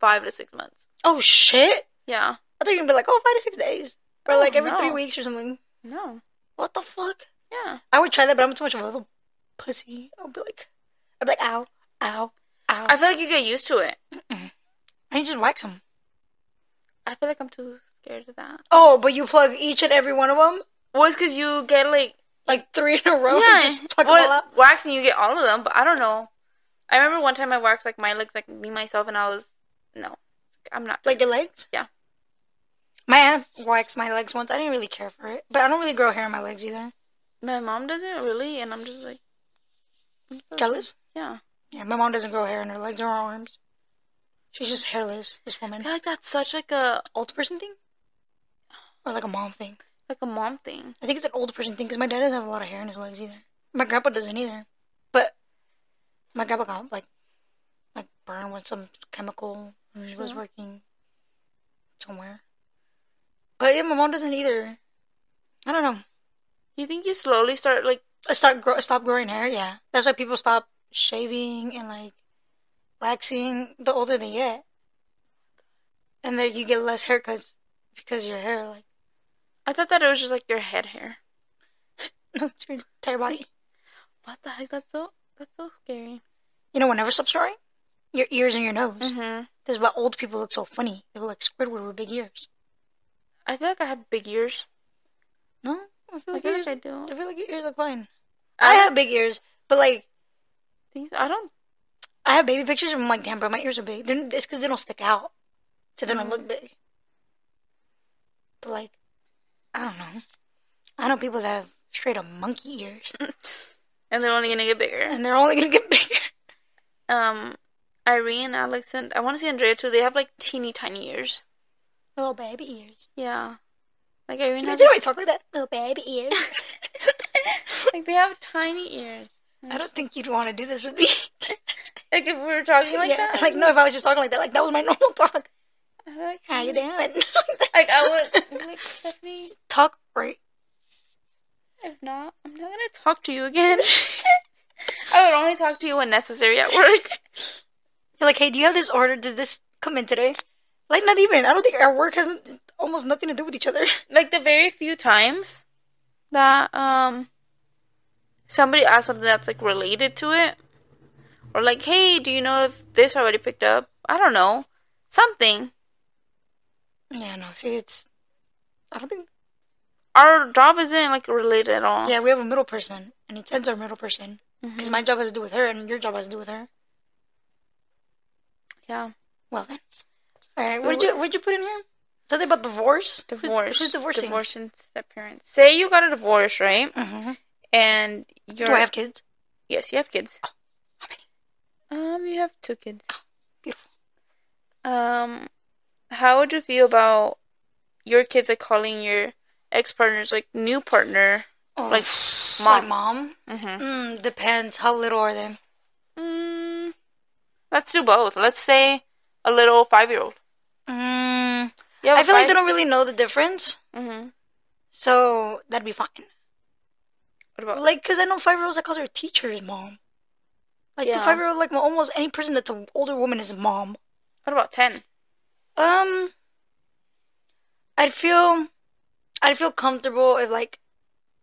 five to six months. Oh shit. Yeah. I thought you were gonna be like, oh, five to six days, or Oh, like every no. three weeks or something. No. What the fuck? Yeah. I would try that, but I'm too much of a little pussy. I'll be like, I'd be like, ow, ow, ow. I feel like you get used to it. I need to just wax them. I feel like I'm too scared of that. Oh, but you plug each and every one of them Well, it's because you get like like three in a row and just plug well, them all up. wax and you get all of them. But I don't know. I remember one time I waxed like my legs, like me myself, and I was no, I'm not. Like your legs? Yeah. My aunt waxed my legs once. I didn't really care for it, but I don't really grow hair on my legs either. My mom doesn't really, and I'm just like I'm so- Jealous? Yeah. Yeah, my mom doesn't grow hair on her legs or her arms. She's just hairless. This I woman, feel like that's such like a old person thing, or like a mom thing. like a mom thing. I think it's an old person thing because my dad doesn't have a lot of hair in his legs either. My grandpa doesn't either, but my grandpa got like like burned with some chemical when he was Sure. working somewhere. But yeah, my mom doesn't either. I don't know. You think you slowly start like I stop grow stop growing hair. Yeah, that's why people stop shaving and like waxing the older they get, and then you get less haircuts because your hair like I thought that it was just like your head hair. no, it's your entire body. What the heck? That's so that's so scary. You know, what never stops growing your ears and your nose. Mm-hmm. This is why old people look so funny. They look like Squidward with big ears. I feel like I have big ears. No, I feel I like, feel your like ears. I I, do. feel like your ears look fine. I, I have big ears, but like think so. I don't. I have baby pictures, and I'm like, damn, bro, my ears are big. They're, it's because they don't stick out, so they don't Mhm. look big. But like, I don't know. I know people that have straight up monkey ears, and they're only gonna get bigger. and they're only gonna get bigger. Um, Irene, Alex, and I want to see Andrea too. They have like teeny tiny ears. Little baby ears. Yeah, like Irene Can you has see how I talk like that? Little baby ears. like they have tiny ears. I don't think you'd want to do this with me. Like if we were talking like yeah, that, like no, if I was just talking like that, like that was my normal talk. I feel like, How you doing? like I would like Stephanie. talk right. If not, I'm not gonna talk to you again. I would only talk to you when necessary at work. You're like, hey, do you have this order? Did this come in today? Like, not even. I don't think our work has n- almost nothing to do with each other. like the very few times that um somebody asks something that's like related to it or like hey do you know if this already picked up i don't know something Yeah, no. See, it's. I don't think. our job isn't like related at all Yeah, we have a middle person, and it tends our middle person because Mhm. my job has to do with her, and your job has to do with her. yeah Well then. All right. So What did you What did you put in here? Something about divorce. Who's- divorce Who's, divorcing? divorce and step parents say you got a divorce right hmm and you're Do I have kids? yes you have kids How many? um you have two kids Beautiful. Um, how would you feel about your kids like calling your ex partner's like new partner? Oh, Like, my mom. mom. Mm-hmm. Mm, depends. How little are they? Mm, let's do both. Let's say a little five year old. Mm, Yeah, I feel like they don't really know the difference, Mm-hmm. so that'd be fine. What about Like, cause I know five year olds that calls her teacher's mom. Like, to Yeah. five year old, like well, almost any person that's an older woman is a mom. what about ten? Um, I'd feel, I'd feel comfortable if like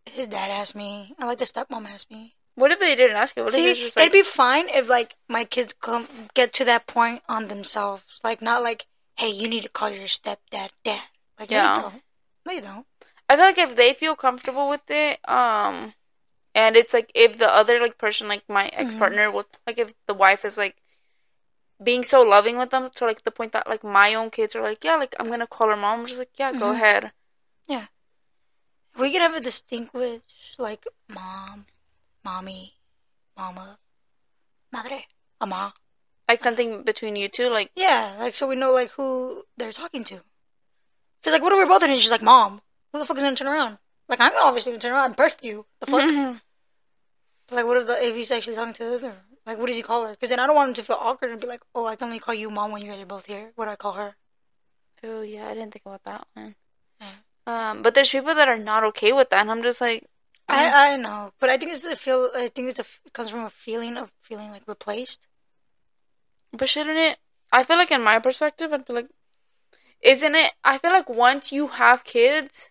his dad asked me, and like the stepmom asked me. What if they didn't ask you? What See, if they just like, it'd be fine if like my kids come get to that point on themselves, like not like, hey, you need to call your stepdad dad. Like, Yeah. no, you don't. No, you don't. I feel like if they feel comfortable with it, um, and it's like if the other like person, like my Mm-hmm. ex partner, with like if the wife is like being so loving with them to like the point that like my own kids are like, yeah, Mm-hmm. like I'm gonna call her mom. I'm just like, yeah, go Mhm. ahead. We could have a distinguished like mom, mommy, mama, madre, ama. Like something between you two, like Yeah, like so we know like who they're talking to. Cause like, what are we both in? And she's like, mom. Who the fuck is gonna turn around? Like, I'm obviously gonna turn around. I birthed you. The fuck. Like, what if the if he's actually talking to the other? Like, what does he call her? Because then I don't want him to feel awkward and be like, oh, I can only call you mom when you guys are both here. What do I call her? oh yeah, I didn't think about that one. Yeah. Um, but there's people that are not okay with that, and I'm just like, Mm-hmm. I I know, but I think it's a feel. I think it's a it comes from a feeling of feeling like replaced. Mm-hmm. But shouldn't it? I feel like, in my perspective, I'd be like, isn't it? I feel like once you have kids,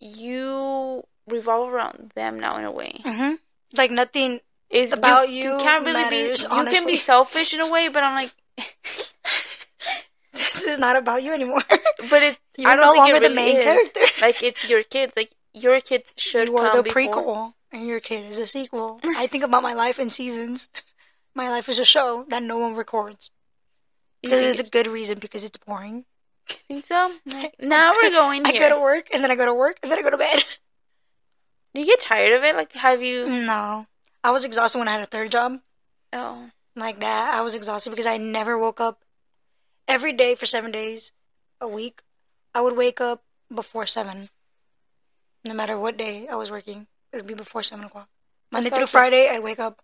you revolve around them now in a way. Mm-hmm. Like nothing. Is About you can't really be matters, you can be honestly. selfish in a way, but I'm like, This is not about you anymore. but it. You're I don't no think it longer the really main is. character. Like it's your kids. Like your kids should you are come the before. prequel, and your kid is a sequel. I think about my life in seasons. My life is a show that no one records You because think- it's a good reason because it's boring. think so? Like, now we're going I here. go to work and then I go to work and then I go to bed. Do you get tired of it? Like, have you? No, I was exhausted when I had a third job. Oh, like that. I was exhausted because I never woke up every day for seven days a week. I would wake up before seven, no matter what day I was working. It would be before seven o'clock. Monday That's through awesome. Friday, I'd wake up.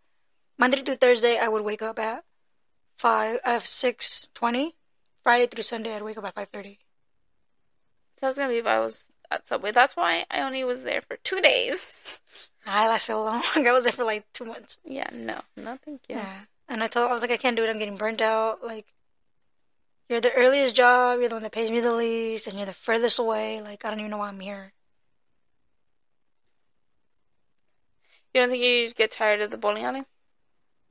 Monday through Thursday, I would wake up at five, uh, six twenty. Friday through Sunday, I'd wake up at five thirty. that was gonna be if I was at Subway. That's why I only was there for two days. I lasted a long. I was there for like two months. Yeah, no, no, thank you. Yeah. And I told I was like, I can't do it. I'm getting burnt out. Like, you're the earliest job. You're the one that pays me the least, and you're the furthest away. Like, I don't even know why I'm here. You don't think you get tired of the bowling alley?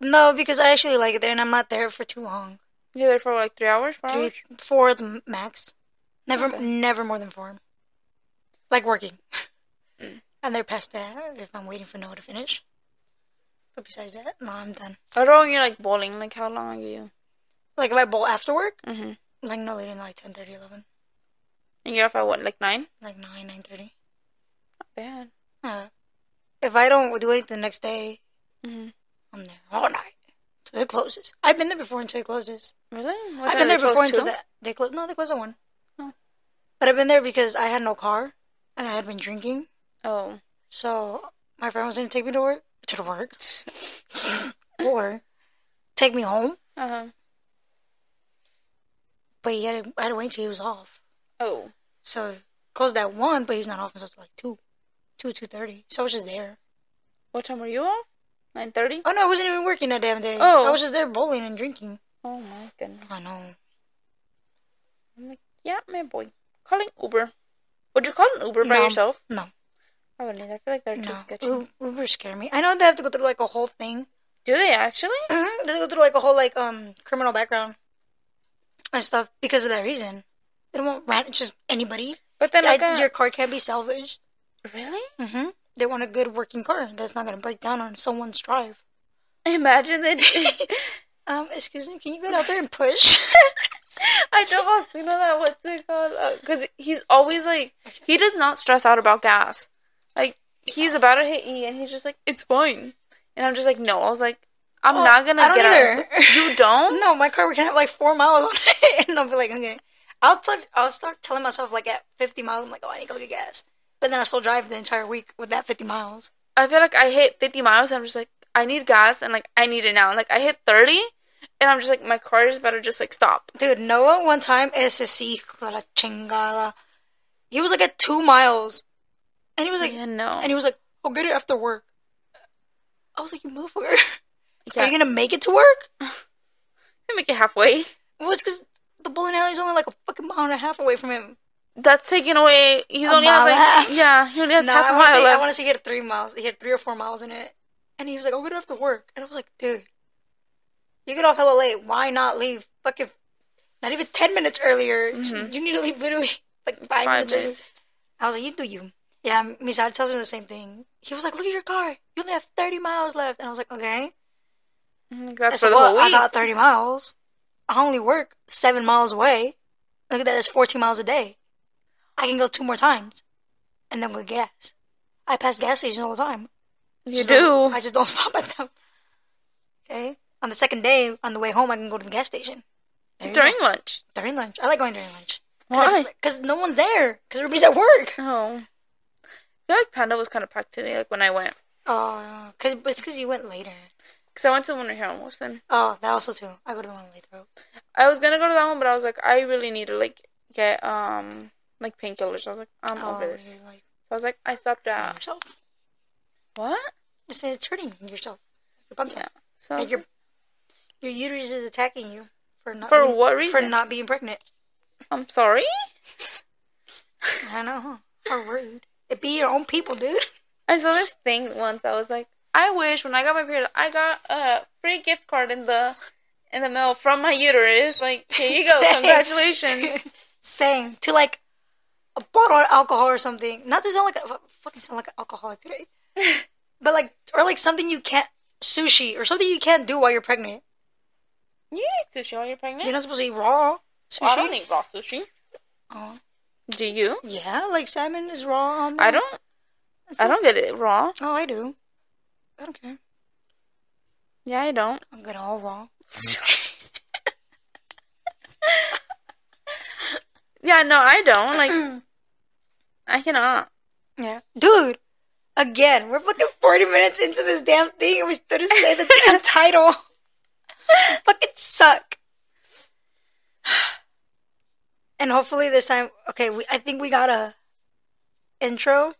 No, because I actually like it there, and I'm not there for too long. You're there for like three hours, four Three, hours. four at the max. Never, Okay. never more than four. Like working. Mm. And they're past that if I'm waiting for Noah to finish. But besides that, no, I'm done. How long you're like bowling? Like how long are you? Like if I bowl after work, Mm-hmm. like no later than like 10, 11. And you're off at what? Like nine? like nine, nine thirty. Not bad. Uh, if I don't do anything the next day, Mm-hmm. I'm there all night till it closes. I've been there before until it closes. Really? What I've been time do there they close before until to? the, they close. No, they close at one. Oh. But I've been there because I had no car and I had been drinking, Oh, so my friend was gonna take me to work to work or take me home. uh-huh. But he had to, I had to wait till he was off. Oh, So it closed at one, but he's not off until like two, two two thirty. So I was just there. what time were you off? Nine thirty? Oh no, I wasn't even working that damn day. Oh. I was just there bowling and drinking. Oh my goodness. I know. I'm like, yeah, my boy. Calling Uber. Would you call an Uber by No. yourself? No. I wouldn't either. I feel like they're too No, sketchy. U- Uber scare me. I know they have to go through like a whole thing. Do they actually? they go through like a whole like um criminal background and stuff because of that reason. They don't want ran- just anybody. But then like uh, I- a- your car can't be salvaged. really? hmm They want a good working car that's not gonna break down on someone's drive. Imagine that. Um, excuse me, can you go out there and push? I told Faustino that what's it called? Because he's always like he does not stress out about gas. Like he's about to hit E, and he's just like it's fine. And I'm just like no. I was like I'm Oh, not gonna I don't get out. either. You don't? no, my car we can have like four miles on it, and I'll be like, okay. I'll talk, I'll start telling myself like at 50 miles, I'm like, oh, I need to go get gas. But then I still drive the entire week with that 50 miles. I feel like I hit 50 miles. And I'm just like I need gas, and like I need it now. Like I hit 30, and I'm just like my car is better just like stop. Dude, Noah one time es así, la chingada. He was like at two miles, and he was like, Yeah, no. and he was like, "I'll get it after work." I was like, "You motherfucker, Yeah. are you gonna make it to work?" I make it halfway. Well, it's because the bowling alley is only like a fucking mile and a half away from him. That's taken away. He A only has mile and a half. like yeah, he only has no, half I a want to mile say, I left. want to say he had three miles. He had three or four miles in it, and he was like, "I'm gonna have to work," and I was like, "Dude, you get off hella late. Why not leave? Fucking not even ten minutes earlier. You need to leave literally like five, Mm-hmm. Five minutes, minutes. earlier." I was like, "You do you." Yeah, Misad tells me the same thing. He was like, "Look at your car. You only have thirty miles left," and I was like, "Okay." Mhm, I That's said, for the "Well, whole week. I got thirty miles. I only work seven miles away. Look at that. That's fourteen miles a day. I can go two more times, and then go gas. I pass gas stations all the time." you Just don't- do. I just don't stop at them. Okay. On the second day, on the way home, I can go to the gas station. There you go. During lunch. during lunch, I like going during lunch. Why? Because no one's there. Because everybody's at work. Oh. I feel like Panda was kind of packed today, like when I went. Oh, cause but it's because you went later. Because I went to the one right here almost then. Oh, that also too. I go to the one later. Throat. I was going to go to that one, but I was like, I really need to, like, get, um, like painkillers. I was like, I'm oh, over this. you're like So I was like, I stopped hurting at. yourself. What? Just say it's hurting yourself. Your butt's Yeah. hurt. So Like your your uterus is attacking you for not For being, what For reason? not being pregnant. I'm sorry? I know. Huh? How rude. It be your own people, dude. I saw this thing once. I was like, I wish when I got my period, I got a free gift card in the in the mail from my uterus. Like, here you go, Same. congratulations. saying to like a bottle of alcohol or something. Not to sound like a fucking sound like an alcoholic today, but like or like something you can't sushi or something you can't do while you're pregnant. You eat sushi while you're pregnant. You're not supposed to eat raw sushi. Well, I don't eat raw sushi. Oh. Do you? Yeah, like salmon is raw. On I there. don't. I don't get it raw. Oh, I do. I don't care. Yeah, I don't. I'm good all raw. Yeah, no, I don't. Like, I cannot. Yeah, dude. Again, we're fucking 40 minutes into this damn thing and we still just say the damn title. fucking suck. And hopefully this time, okay, we, I think we got a intro.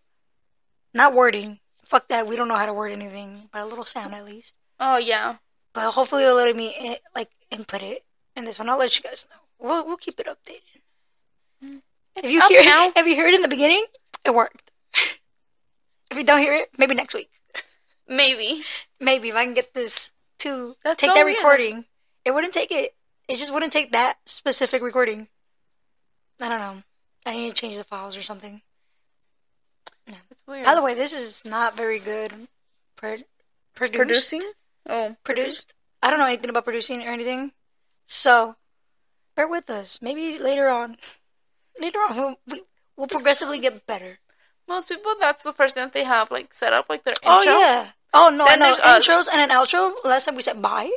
Not wording. Fuck that. We don't know how to word anything, but a little sound at least. Oh yeah, But hopefully they'll let me eh, like input it in this one. I'll let you guys know. We'll, we'll keep it updated. If you up hear now. if you hear it in the beginning, it worked. if you don't hear it, maybe next week. maybe. Maybe if I can get this to That's take so that weird. recording, it wouldn't take it. It just wouldn't take that specific recording. I don't know. I need to change the files or something. That's weird. By the way, this is not very good. Pro- produced, producing. Oh, produced. I don't know anything about producing or anything, so bear with us. Maybe later on, later on, we'll, we, we'll progressively get better. most people. That's the first thing that they have like set up, like their intro. Oh yeah. Oh no, Then no there's us. intros and an outro. Last time we said bye.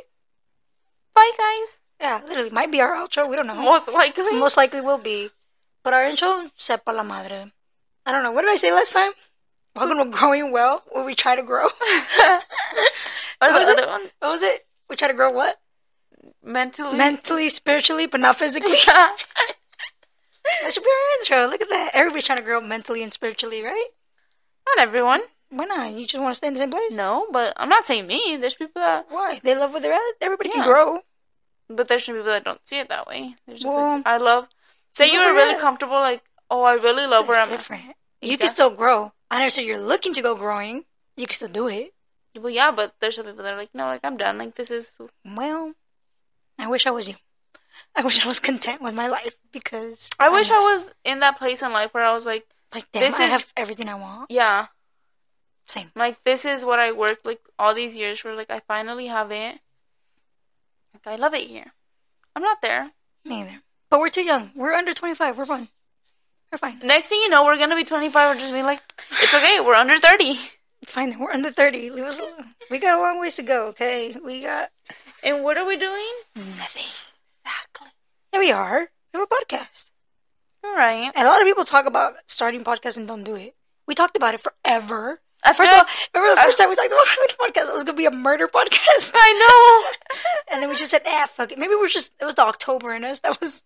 Bye, guys. Yeah, literally might be our outro. We don't know. Most likely. Most likely will be. But our intro, sepa la madre. I don't know. What did I say last time? Welcome to Growing Well, where we try to grow. or the was it? other one, What was it? We try to grow what? mentally. Mentally, spiritually, but not physically. that should be our intro. Look at that. Everybody's trying to grow mentally and spiritually, right? Not everyone. Why not? You just want to stay in the same place? No, but I'm not saying me. There's people that, Why? They love where they're at. Everybody Yeah. can grow. but there's some people that don't see it that way. They're just Well, like, I love. Say you where were we're really at. comfortable, like, oh, I really love where That's I'm. different. You can still grow. I never said you're looking to go growing. You can still do it. at. Well, yeah, but there's some people that are like, no, like I'm done. Like this is. Well, I wish I was you. I wish I was content with my life because I wish I was in that place in life where I was like, like damn, this I is- have everything I want. yeah, Same. like this is what I worked like all these years for. Like I finally have it. Like I love it here. I'm not there. Me either. But we're too young. We're under twenty five. We're fine. We're fine. Next thing you know, we're gonna be 25 and just be like, it's okay. We're under 30. Fine. then. We're under thirty. Leave us alone. We got a long ways to go. Okay. We got And what are we doing? nothing. Exactly. There we are. We have a podcast. All right. And a lot of people talk about starting podcasts and don't do it. We talked about it forever. I First feel- of all, remember the first time we talked about having a podcast? It was gonna be a murder podcast. I And then we just said, ah, fuck it. Maybe we're just, it was the October in us. That was,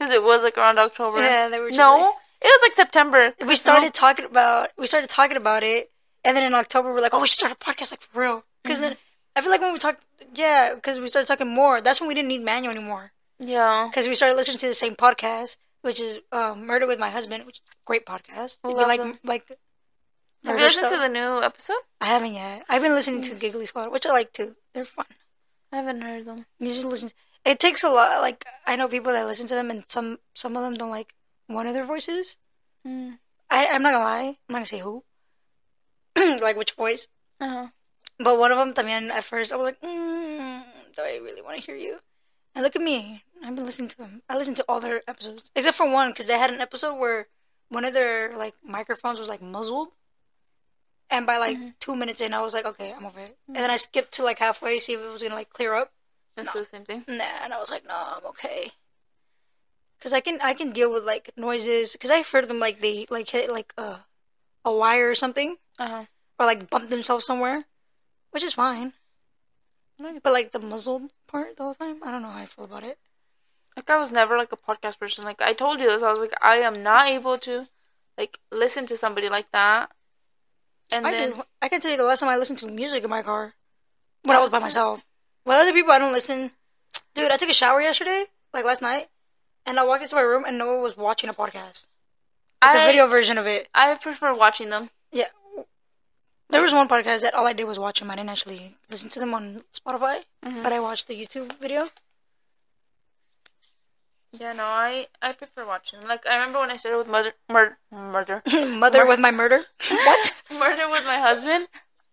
know because it was like around October. Yeah, they were just no. like- it was like September. we started talking about, we started talking about it. And then in October, we're like, oh, we should start a podcast, like for real. Because then, I feel like when we talked, yeah, because we started talking more, that's when we didn't need manual anymore. Yeah, Because we started listening to the same podcast. which is uh, Murder with My Husband, which is a great podcast. If you Love like them. like Have murder you listened to stuff- the new episode? I haven't yet. I've been listening to Giggly Squad, which I like too. They're fun. I haven't heard them. You just listen. It takes a lot. Like I know people that listen to them, and some some of them don't like one of their voices. Mm. I I'm not gonna lie. I'm not gonna say who, like which voice. Uh-huh. But one of them, también, at first, I was like, mm, do I really want to hear you? And look at me. I've been listening to them. I listened to all their episodes. Except for one, because they had an episode where one of their, like, microphones was, like, muzzled. And by, like, two minutes in, I was like, okay, I'm over it. And then I skipped to, like, halfway to see if it was going to, like, clear up. That's the same thing. Nah, and I was like, nah, I'm okay. Cause I can I can deal with like noises. Cause I've heard them like they like hit like a a wire or something, Uh-huh. or like bump themselves somewhere, which is fine. Like, But like the muzzled part the whole time, I don't know how I feel about it. I was never like a podcast person. Like I told you this, I was like, I am not able to, like, listen to somebody like that. And I then do. I can tell you the last time I listened to music in my car when I was by myself. With other people, I don't listen. Dude, I took a shower yesterday, like last night, and I walked into my room and Noah was watching a podcast, like I the video version of it. I prefer watching them. Yeah. There was one podcast that all I did was watch them. I didn't actually listen to them on Spotify, Mm-hmm. but I watched the YouTube video. Yeah, no, I I prefer watching them. Like I remember when I started with murder murder murder Mother with my murder. what? murder with my husband.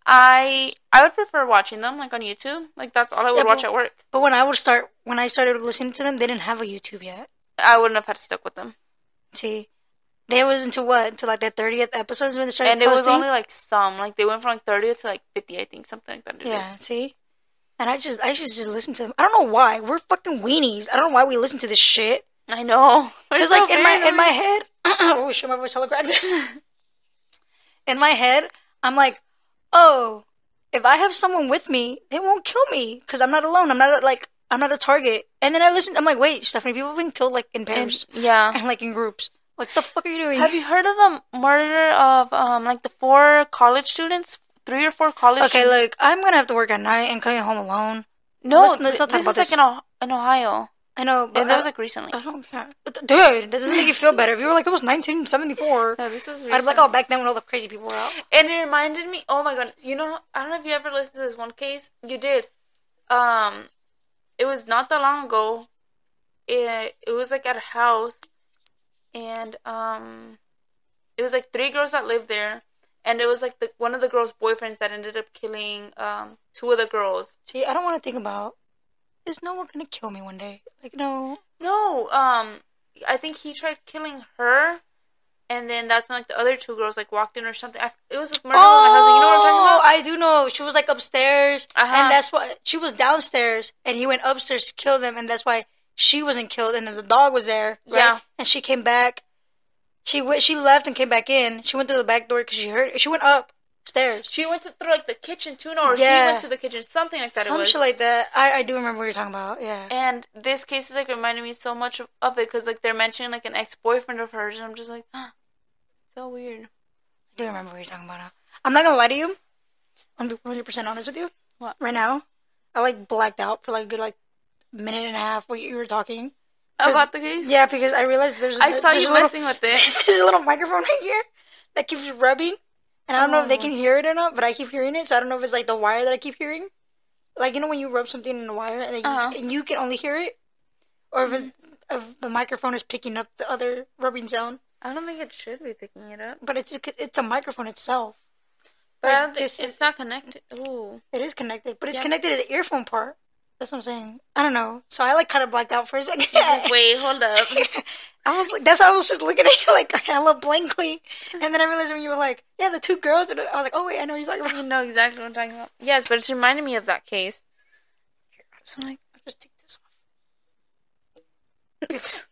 I I would prefer watching them like on YouTube. Like that's all I would Yeah, watch but- at work. But when I would start, when I started listening to them, they didn't have a YouTube yet. I wouldn't have had to stick with them. See, they was into what? Into like their thirtieth episodes when they started And it was posting? only like some. Like they went from like 30 to like 50, I think, something like that. It yeah, is. see. And I just, I just, just listen to them. I don't know why. We're fucking weenies. I don't know why we listen to this shit. I know. Cause like in my in my head, oh shit, my voice hella cracked. in my head, I'm like, oh, if I have someone with me, they won't kill me because I'm not alone. I'm not a, like I'm not a target. And then I listen. I'm like, wait, Stephanie, people have been killed like in pairs Yeah. and like in groups. What the fuck are you doing? Have you heard of the murder of um like the four college students? Three or four college okay, students? look, I'm gonna have to work at night and coming home alone. No, let's- let's th- not talk this about is like this. in, oh- in Ohio. I know, but And that was I, like recently. I don't care. But, dude, that doesn't make you feel better. If you were like, it was 1974, No, this was I'd be recently. like, oh, back then when all the crazy people were out. And it reminded me, oh my god, you know, I don't know if you ever listened to this one case. You did. Um, it was not that long ago. It it was like at a house, and um, it was like three girls that lived there, and it was like the one of the girls' boyfriends that ended up killing um two of the girls. See, I don't want to think about is no one gonna kill me one day? Like, no. No, um, I think he tried killing her, and then that's when like the other two girls like walked in or something. I, it was like murder with my husband. You know what I'm talking about? Oh, I do know. She was like upstairs, Uh-huh. and that's why she was downstairs, and he went upstairs to kill them, and that's why she wasn't killed, and then the dog was there. Right? Yeah. and she came back. She went. She left and came back in. She went through the back door because she heard. She went upstairs. She went to through like the kitchen too, no, or he Yeah. went to the kitchen, something like that. it Some was. shit like that. I I do remember what you're talking about. Yeah. and this case is like reminding me so much of, of it because like they're mentioning like an ex boyfriend of hers, and I'm just like, so weird. I do remember what you're talking about now. I'm not gonna lie to you. I'm gonna be 100 percent honest with you. What? Right now, I like blacked out for like a good like minute and a half while you were talking. About the case? Yeah, because I realized there's I saw there's you a little, messing with it. there's a little microphone right here that keeps rubbing, and I don't know if they Oh. can hear it or not, but I keep hearing it. So I don't know if it's like the wire that I keep hearing, like you know when you rub something in the wire and, then you, Uh-huh. Mm-hmm. and you can only hear it, or if, it, if the microphone is picking up the other rubbing sound, I don't think it should be picking it up. but it's it's a microphone itself. But I Like, don't think this is- it's not connected. Ooh. It is connected, but it's Yeah. connected to the earphone part. That's what I'm saying. I don't know. So I like kind of blacked out for a second. Wait, hold up. I was like, that's why I was just looking at you like hella blankly, and then I realized when you were like, yeah, the two girls, and I was like, oh wait, I know what you're talking about. you know exactly what I'm talking about. Yes, but it's reminding me of that case. So I'm like, I'll just take this off. it's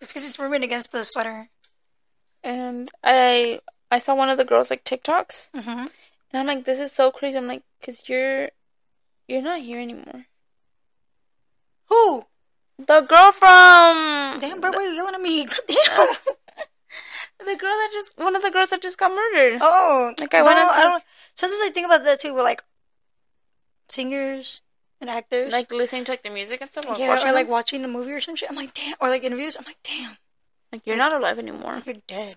because it's rubbing against the sweater. And I I saw one of the girls like TikToks. Mm-hmm. And I'm like, this is so crazy. I'm like, because you're, you're not here anymore. Who? The girl from Damn, bro, why are you yelling at me? God damn. the girl that just one of the girls that just got murdered. oh, Like, I went no, into- I don't. Sometimes I think about that too. With like singers and actors, Like listening Oh, to like the music and stuff. Like, yeah, watching or like them. watching a movie or some shit. I'm like, damn, or like interviews. I'm like, damn, Like you're not alive anymore. You're dead.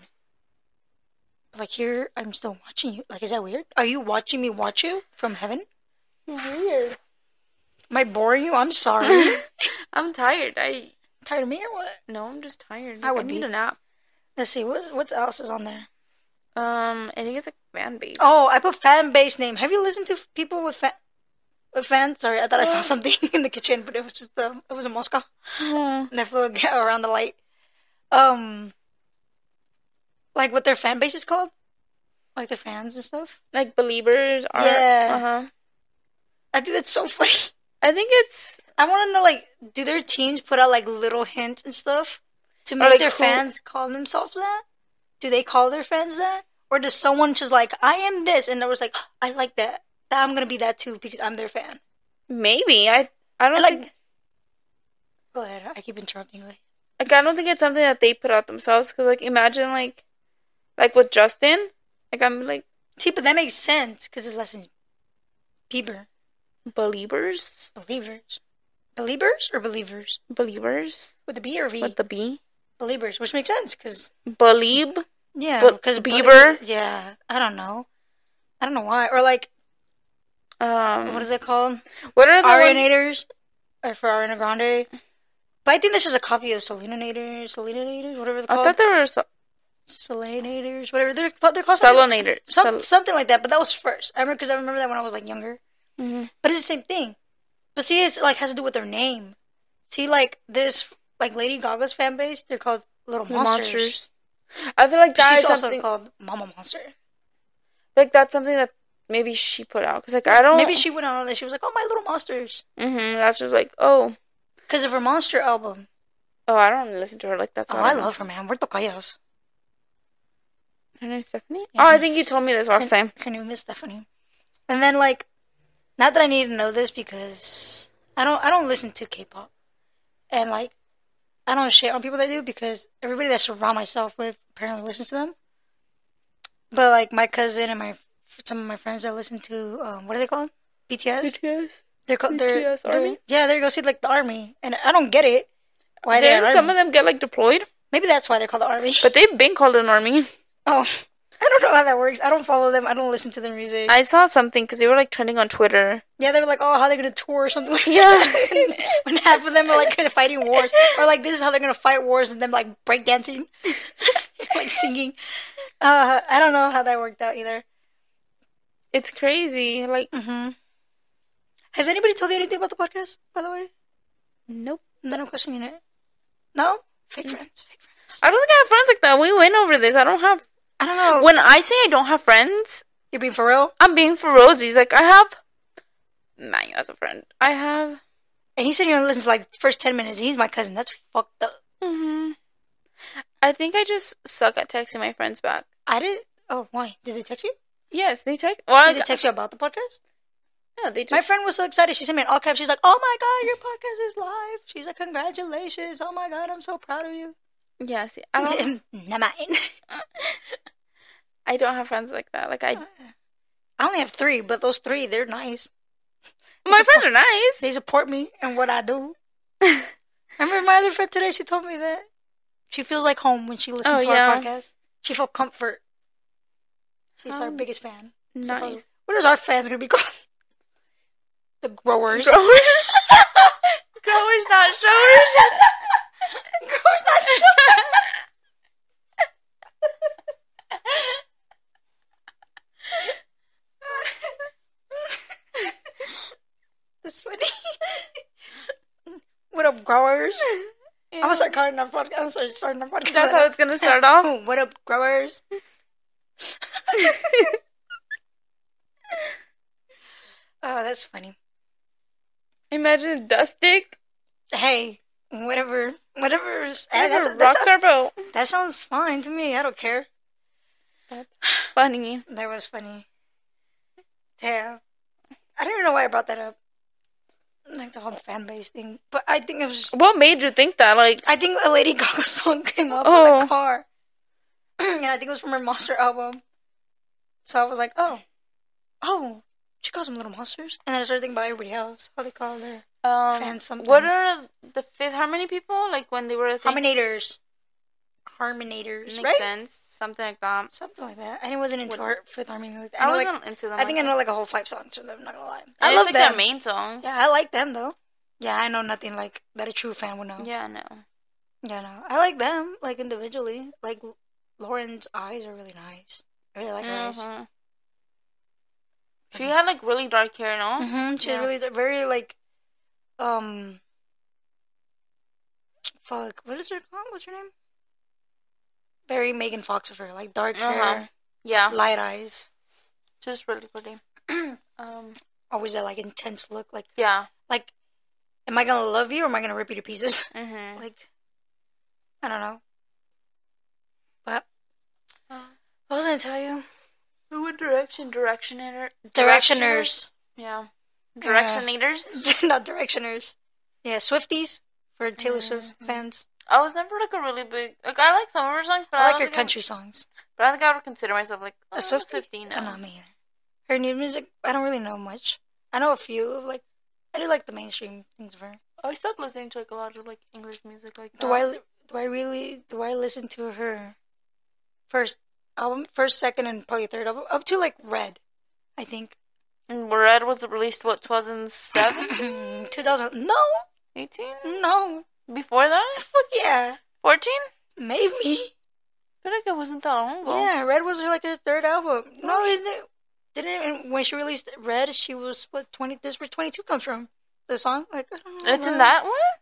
But like here, I'm still watching you. Like, is that weird? Are you watching me watch you from heaven? Weird. Am I boring you? I'm sorry. I'm tired. I Tired of me or what? no, I'm just tired. I I, would need be. a nap. Let's see. What what else is on there? Um, I think it's like fan base. Oh, I put fan base name. Have you listened to f- people with fan with fans? Sorry, I thought I saw something in the kitchen, but it was just um, it was a mosca Oh. that flew ag- around the light. Um, like what their fan base is called, like their fans and stuff. like believers are. Yeah. Uh-huh. I think that's so funny. I think it's I want to know like, do their teams put out like little hints and stuff to make like, their who- fans call themselves that? Do they call their fans that, or does someone just like, I am this, and there was like, I like that. That I'm gonna be that too because I'm their fan. maybe I. I don't And, like- think Go ahead. I keep interrupting. Like, like I don't think it's something that they put out themselves. Cause like imagine like like with Justin, like I'm like see, but that makes sense because it's less than Bieber. believers, Believers. Believers or believers? believers With a B or a V? with the B, Believers, which makes sense because believe. yeah, But because Bieber? Yeah, I don't know. I don't know why. Or like, what Um, is it called? what are the ones- Arianators, or for Ariana Grande. But I think this is a copy of Selenators, Selenators, whatever they're I called. thought there were so- Selenators, whatever they're, but they're called. something- Selenators. Some, something like that, but that was first. I remember because I remember that when I was like younger. Mhm. But it's the same thing. But see, it's like has to do with their name. See, like this, like Lady Gaga's fan base, they're called Little Monsters. monsters. I feel like But that She's is also something called Mama Monster. like that's something that maybe she put out because like I don't. Maybe she went on and she was like, "Oh, my Little Monsters," hmm that's just like oh because of her Monster album. oh I don't listen to her like that's. Oh, I love her, man. We're tocayos. Her name's Stephanie. Yeah. Oh, I think you told me this last time. Her name is Stephanie. And then like, not that I need to know this because I don't I don't listen to K-pop, and like, I don't shit on people that do because everybody that I surround myself with apparently listens to them. But like my cousin and my some of my friends that listen to um, what are they called? BTS. They're called they're, BTS Army? they're- yeah they're go see like the army, and I don't get it. Why they're an Didn't army? some of them get like deployed? Maybe that's why they're called the army. But they've been called an army. oh, I don't know how that works. I don't follow them. I don't listen to their music. I saw something because they were like trending on Twitter. Yeah, they were like, oh, how they gonna tour or something like Yeah. that. when half of them are like fighting wars, or like this is how they're gonna fight wars and them like breakdancing, like singing. Uh, I don't know how that worked out either. It's crazy. Like Mm-hmm. Has anybody told you anything about the podcast, by the way? nope. Then I'm questioning it. No, fake friends, fake friends. I don't think I have friends like that. We went over this. I don't have. I don't know. When I say I don't have friends, You're being for real. I'm being for Rosie's. Like I have Manu as a friend. I have. And he said you only listen to like the first ten minutes. He's my cousin. That's fucked up. hmm I think I just suck at texting my friends back. I didn't. Oh, why? Did they text you? Yes, they text. Well, Did they text you about the podcast? no, they My just. friend was so excited. She sent me an all caps. She's like, "Oh my god, your podcast is live!" She's like, "Congratulations! Oh my god, I'm so proud of you." yeah, see, I don't. Never mind. I don't have friends like that. Like I, I only have three, but those three, they're nice. my friends are nice. They support me and what I do. I remember my other friend today. She told me that she feels like home when she listens Oh, to yeah. our podcast. She felt comfort. She's our Oh. biggest fan. supposedly. Nice. What is our fans gonna be called? The growers. Growers. Growers, not showers. growers, not showers. That's funny. what up, growers? I'm gonna start calling our podcast. I'm sorry, starting our podcast. That's how it's gonna start off. Oh, what up, growers? oh, that's funny. Imagine a dust stick Hey, whatever, whatever. Eh, and that's- that, a rocks our boat. sounds, that sounds fine to me. I don't care. That's funny. That was funny. Damn. I don't even know why I brought that up. Like the whole fan base thing. But I think it was just What made you think that? Like, I think a Lady Gaga song came up in Oh. the car. and I think it was from her Monster album. So I was like, oh, oh, she calls them little monsters. And then I started thinking about everybody else, how they call their um, Fans something. what are the fifth? How many people? Like when they were a thing? Hominators. harmonators, Makes right? sense. Something like that. Something like that. And it wasn't into What- art with harmony like that. I, I, know, like, wasn't into them. I think I like know like a whole five songs from them. Not gonna lie, that. I And love it's like them. their main songs. yeah, I like them though. Yeah, I know nothing like that. A true fan would know. Yeah, no. Yeah, no, I like them like individually. Like Lauren's eyes are really nice. I really like her eyes. Mhm. She had like really dark hair, no? Mm-hmm. She's Yeah. really very like, um, fuck. What is her? What What's her name? Very Megan Fox of her, like dark Uh-huh. hair, Yeah, light eyes, she was really pretty. um, always that like intense look. Like, yeah. like, am I gonna love you or am I gonna rip you to pieces? Mhm. like, I don't know. But what was I gonna tell you? Who would direction directioner? Directioners, Yeah. Directionators. not directioners. Yeah, Swifties for Taylor Swift Mm-hmm. fans. I was never like a really big like I like some of her songs, but I, I don't like her think I- country songs. but I think I would consider myself like oh, A Swiftie? Swiftie, Oh, no. not me either. Her new music, I don't really know much. I know a few of like, I do like the mainstream things of her. I stopped listening to like a lot of like English music like Do that. I li- do I really do I listen to her first album, first, second, and probably third album up to like Red, I think. And Red was released what 2007, Two thousand? No, 18? no, Before that, fuck yeah, 14. maybe. I feel like it wasn't that long ago. Yeah, Red was her like her third album. No, Oh, sh- isn't it? Didn't it- when she released Red, she was what twenty? This is where twenty two comes from. The song, like I don't know. It's in Red. that one?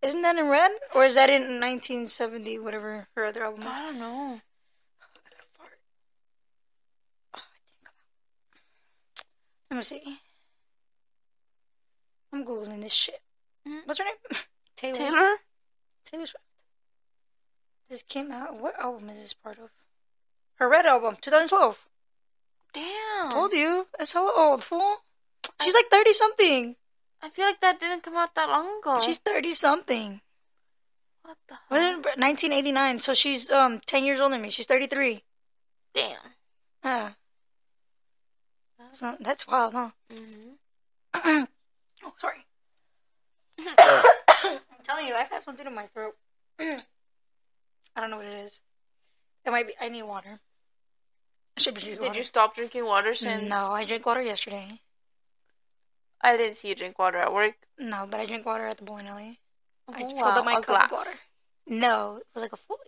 Isn't that in red? Or is that in 1970, whatever her other album was? I don't know. Let me see. I'm Googling this shit. Mm. What's her name? Mm-hmm. Taylor. Taylor? Taylor Swift. This came out. What album is this part of? Her red album, 2012. Damn. Told you. That's hella old, fool. She's like 30 something. I feel like that didn't come out that long ago. She's 30 something. what the What is hell? it? 1989. So she's um 10 years older than me. She's 33. Damn. Yeah. So that's wild, huh? Mm-hmm. oh, sorry. I'm telling you, I've had something in my throat. I don't know what it is. It might be. I need water. I should be drinking Did water. you stop drinking water since? No, I drank water yesterday. I didn't see you drink water at work. No, but I drank water at the bowling alley. I Oh, filled up my wow, a cup of water. No, it was like a full.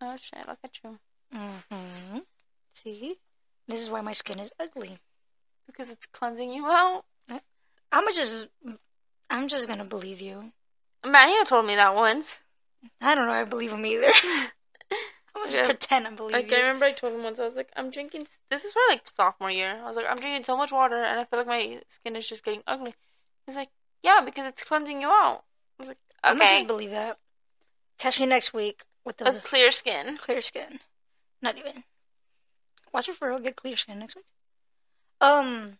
Oh shit! Look at you. Mm-hmm. See, this is why my skin is ugly. Because it's cleansing you out. I'm gonna just, I'm just gonna believe you. Mario told me that once. I don't know. I believe him either. I'm gonna just Okay. pretend I believe Like you. I remember I told him once. I was like, I'm drinking. s- This is probably like sophomore year. I was like, I'm drinking so much water, and I feel like my skin is just getting ugly. He's like, Yeah, because it's cleansing you out. I was like, I'm gonna just Okay, believe that. Catch me next week with the. a clear skin. clear skin. Not even. Watch it for real. Get clear skin next week. Um,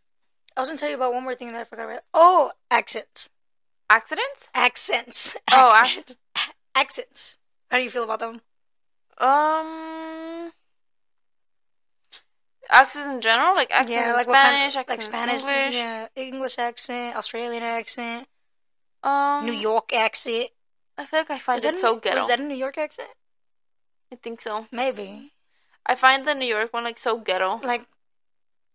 I was gonna tell you about one more thing that I forgot about. Oh, accents, Accidents? accents, Oh, accents, accents. How do you feel about them? Um, accents in general, like accents in Spanish, like accents in Spanish, English. yeah, English accent, Australian accent, Um, New York accent. I feel like I find Is that it a- so ghetto. Was that a New York accent? I think so. Maybe. I find the New York one like so ghetto. Like,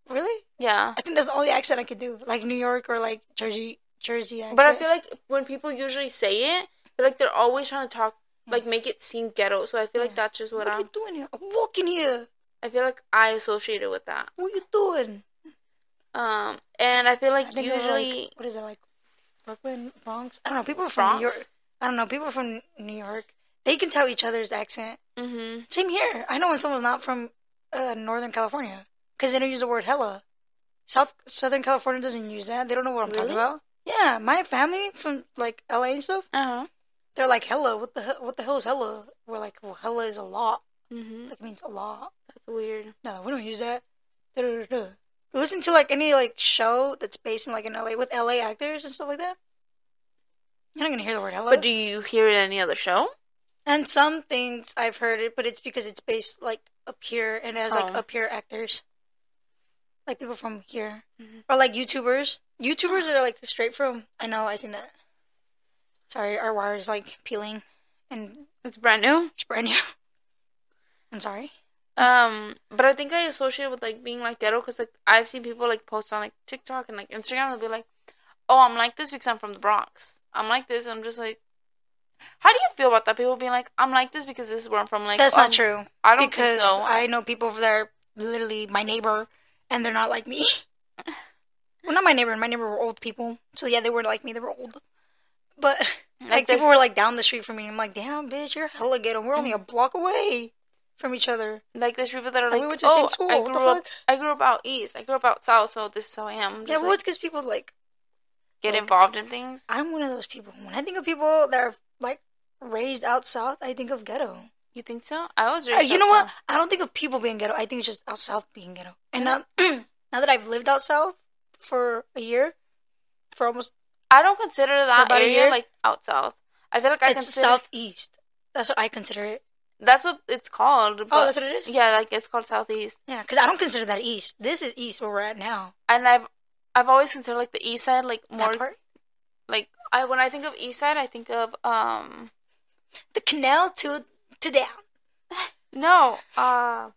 really? Yeah. I think that's the only accent I could do, like New York or like Jersey, Jersey accent. But I feel like when people usually say it, they're like they're always trying to talk like make it seem ghetto. So I feel like that's just what um, what are I'm you doing here? I'm walking here. I feel like I associate it with that. What are you doing? Um and I feel I like think they're, usually like, what is it like? Brooklyn, Bronx. I don't know. People from Bronx. New York. I don't know. People from New York. They can tell each other's accent. hmm Same here. I know when someone's not from uh, Northern California because they don't use the word "hella." South Southern California doesn't use that. They don't know what I'm talking Really? about. Yeah, my family from like LA and stuff. Uh-huh. They're like, "Hella, what the hell, what the hell is hella?" We're like, "Well, hella is a lot. hmm Like it means a lot." That's weird. No, we don't use that. Da-da-da-da. Listen to like any like show that's based in like in LA with LA actors and stuff like that. You're not gonna hear the word LA. But do you hear it in any other show? and some things I've heard it, but it's because it's based like up here and it has like Oh. up here actors, like people from here, Mhm. or like YouTubers. YouTubers that are like straight from. I know I seen that. Sorry, our wire is like peeling, and It's brand new. it's brand new. I'm sorry. Um, but I think I associate it with like being like ghetto because like I've seen people like post on like TikTok and like Instagram. They'll be like, "Oh, I'm like this because I'm from the Bronx. I'm like this." And I'm just like, how do you feel about that? People being like, "I'm like this because this is where I'm from." Like, That's um, not true. I don't because think so. I know people that are literally my neighbor, and they're not like me. well, not my neighbor. My neighbor were old people, so yeah, they were like me. They were old, but like, they're- people were like down the street from me. I'm like, damn, bitch, you're hella ghetto. We're only a Mm-hmm. block away from each other. Like there's people that are And like, we went to the same "Oh, school. I What the grew up. fuck?" I grew up out east. I grew up out south. So this is how I am." I'm yeah, Just, well, like, it's because people like get like- involved in things. I'm one of those people. When I think of people that are like raised out south, I think of ghetto. You think so? I was. Uh, raised you know what? outside. I don't think of people being ghetto. I think it's just out south being ghetto. And now, now that I've lived out south for a year, for almost I don't consider that about a area year? like out south. I feel like I it's consider southeast. That's what I consider it. That's what it's called. Oh, but- that's what it is. Yeah, like it's called southeast. yeah. Because I don't consider that east. This is east where we're at now. And I've I've always considered like the east side like that more part, like I when I think of east side I think of um the canal to to down. no uh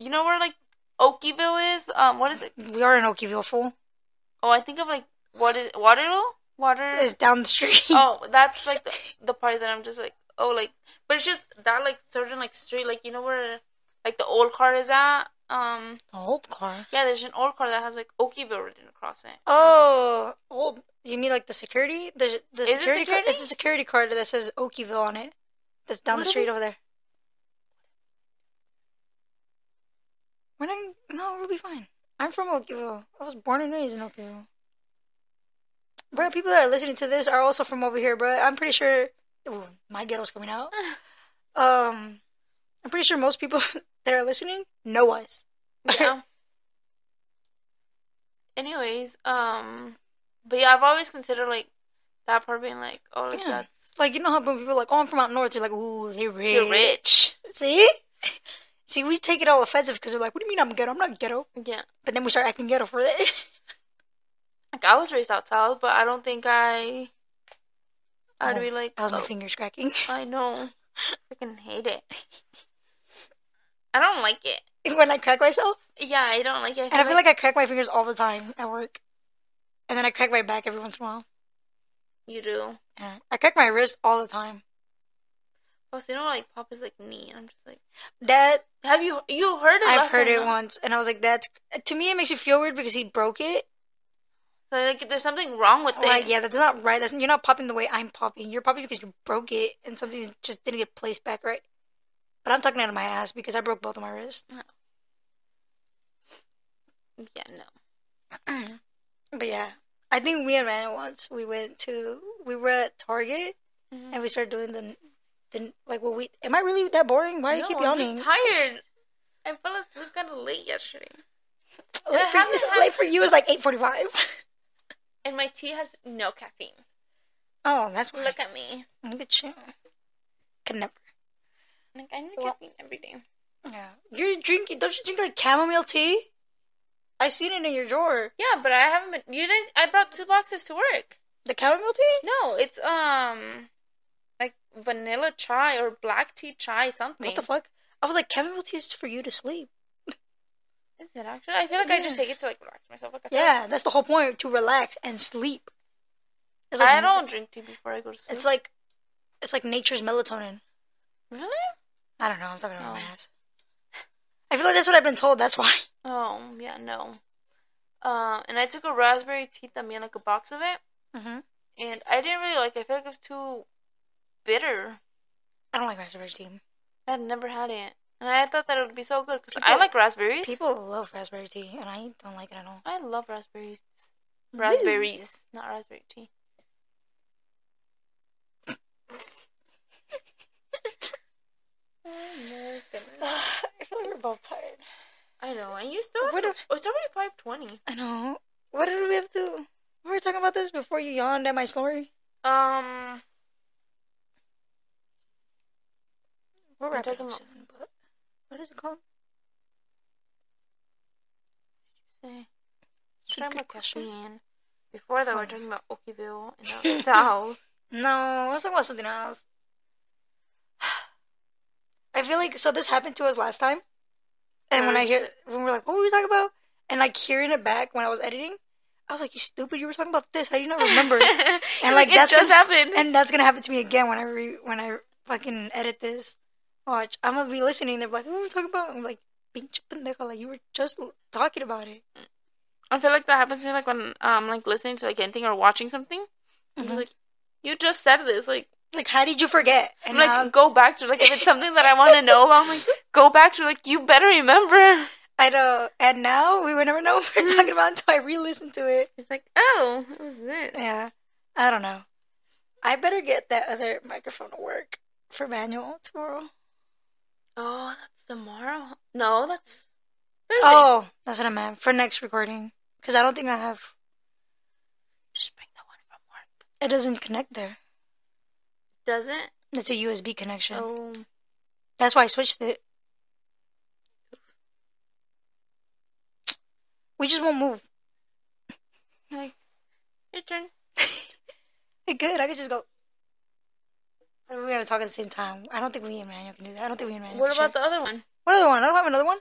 you know where like Okieville is um what is it We are in Okieville, fool. oh I think of like what is Waterloo water It's down the street. oh that's like the, the part that I'm just like oh like but it's just that like certain like street like you know where like the old car is at um The old car. yeah there's an old car that has like Okieville written across it Oh, old. You mean like the security? The the Is it security, card? security? It's a security card that says Okieville on it. That's down What the are street we- over there. We're not. No, we'll be fine. I'm from Okieville. I was born and raised in Okieville. Bro, people that are listening to this are also from over here, bro. I'm pretty sure. Ooh, my ghetto's coming out. Um, I'm pretty sure most people that are listening know us. Yeah. Anyways, um, but yeah, I've always considered like that part being like, oh, like, Yeah. that's Like you know how when people are like, "Oh, I'm from out north," you're like, "Ooh, they rich." you're rich. See? See, we take it all offensive because they're like, what do you mean I'm ghetto? I'm not ghetto. Yeah, But then we start acting ghetto for that. like I was raised out south, but I don't think I. I'd Oh, be like, that was my oh, fingers cracking. I know, I freaking hate it. I don't like it. when I crack myself. Yeah, I don't like it. And I feel like I crack my fingers all the time at work. And then I crack my back every once in a while. you do. Yeah. I crack my wrist all the time. Also, you know, like pop is like knee, and I'm just like, That, have you you heard it? I've last heard time, it no? once. And I was like, that's, to me, it makes you feel weird because he broke it. So, like, there's something wrong with it. Like, yeah, that's not right. That's, you're not popping the way I'm popping. You're popping because you broke it and something just didn't get placed back right. But I'm talking out of my ass because I broke both of my wrists. yeah, no. But yeah, I think me and Manuel once we went to we were at Target Mhm. and we started doing the the like what we am I really that boring? Why do you No, keep I'm yawning? just tired. I fell asleep kind of late yesterday, late, I for haven't you, had- late for you is like eight forty five. and my tea has no caffeine. Oh, that's why. Look at me. Look at you. Could never. Like I need Well- caffeine every day. Yeah, you're drinking. Don't you drink like chamomile tea? I seen it in your drawer. Yeah, but I haven't. Been, you didn't. I brought two boxes to work. The chamomile tea? No, it's um, like vanilla chai or black tea chai something. What the fuck? I was like, chamomile tea is for you to sleep. Is it actually? I feel like I just take it to like relax myself. Like, I feel like- Yeah, that's the whole point to relax and sleep. It's like, I don't drink tea before I go to sleep. It's like, it's like nature's melatonin. really? I don't know. I'm talking about my Oh. ass. I feel like that's what I've been told. That's why. Oh yeah, no. Uh, and I took a raspberry tea también, like a box of it, Mm-hmm. and I didn't really like. it. I feel like it was too bitter. I don't like raspberry tea. I had never had it, and I thought that it would be so good because I People- like raspberries. People love raspberry tea, and I don't like it at all. I love raspberries. Raspberries, not raspberry tea. I feel like we're both tired. I know, and you still. Have What to, do- oh, it's already five twenty. I know. What did we have to? We were talking about this before you yawned at my story. Um, We're We're wrapping talking up about- soon, but what is it called? say, It's a try good more question. caffeine. Before that, we we're Fine. talking about Okieville and the South. No, I was talking about something else. I feel like so this happened to us last time, and when I hear when we're like, what were we talking about? And like hearing it back when I was editing, I was like, you stupid, you were talking about this. How do you not remember? and like, like, it that's just when- happened. and that's gonna happen to me again when I re- when I fucking edit this. Watch, I'm gonna be listening. They're like, what were we talking about? I'm like, pinche pendejo, like you were just l- talking about it. I feel like that happens to me like when um like listening to like anything or watching something. I'm just Mhm. like, you just said this. Like Like, how did you forget? And I'm now- like go back to like if it's something that I want to know about, I'm like go back to like you better remember. I know. And now we would never know what we're talking about until I re-listened to it. It's like oh, it was this. Yeah, I don't know. I better get that other microphone to work for manual tomorrow. Oh, that's tomorrow. No, that's Thursday. Oh, that's what I meant for next recording because I don't think I have. just bring the one from work. It doesn't connect there. Doesn't? It's a USB connection. Oh, That's why I switched it. We just won't move. like your turn. Hey, Good. I could just go. But We're gonna talk at the same time. I don't think we and Manuel can do that. I don't think we and Manuel. What about the other one? what other one? I don't have another one.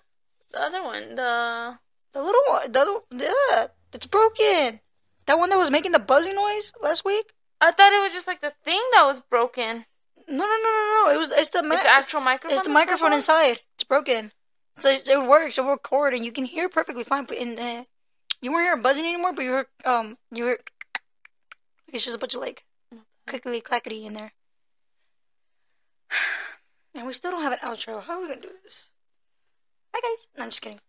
The other one. The The little one. The other. Yeah, it's broken. That one that was making the buzzing noise last week. I thought it was just like the thing that was broken. No, no, no, no, no. It was. It's the. Ma- it's the actual microphone. It's the that's microphone broken? inside. It's broken. So it it works. It will record, and you can hear perfectly fine. But in the, you weren't hearing buzzing anymore. But you were um you were. It's just a bunch of like, clickety clackety in there. And we still don't have an outro. How are we gonna do this? Hi guys. No, I'm just kidding.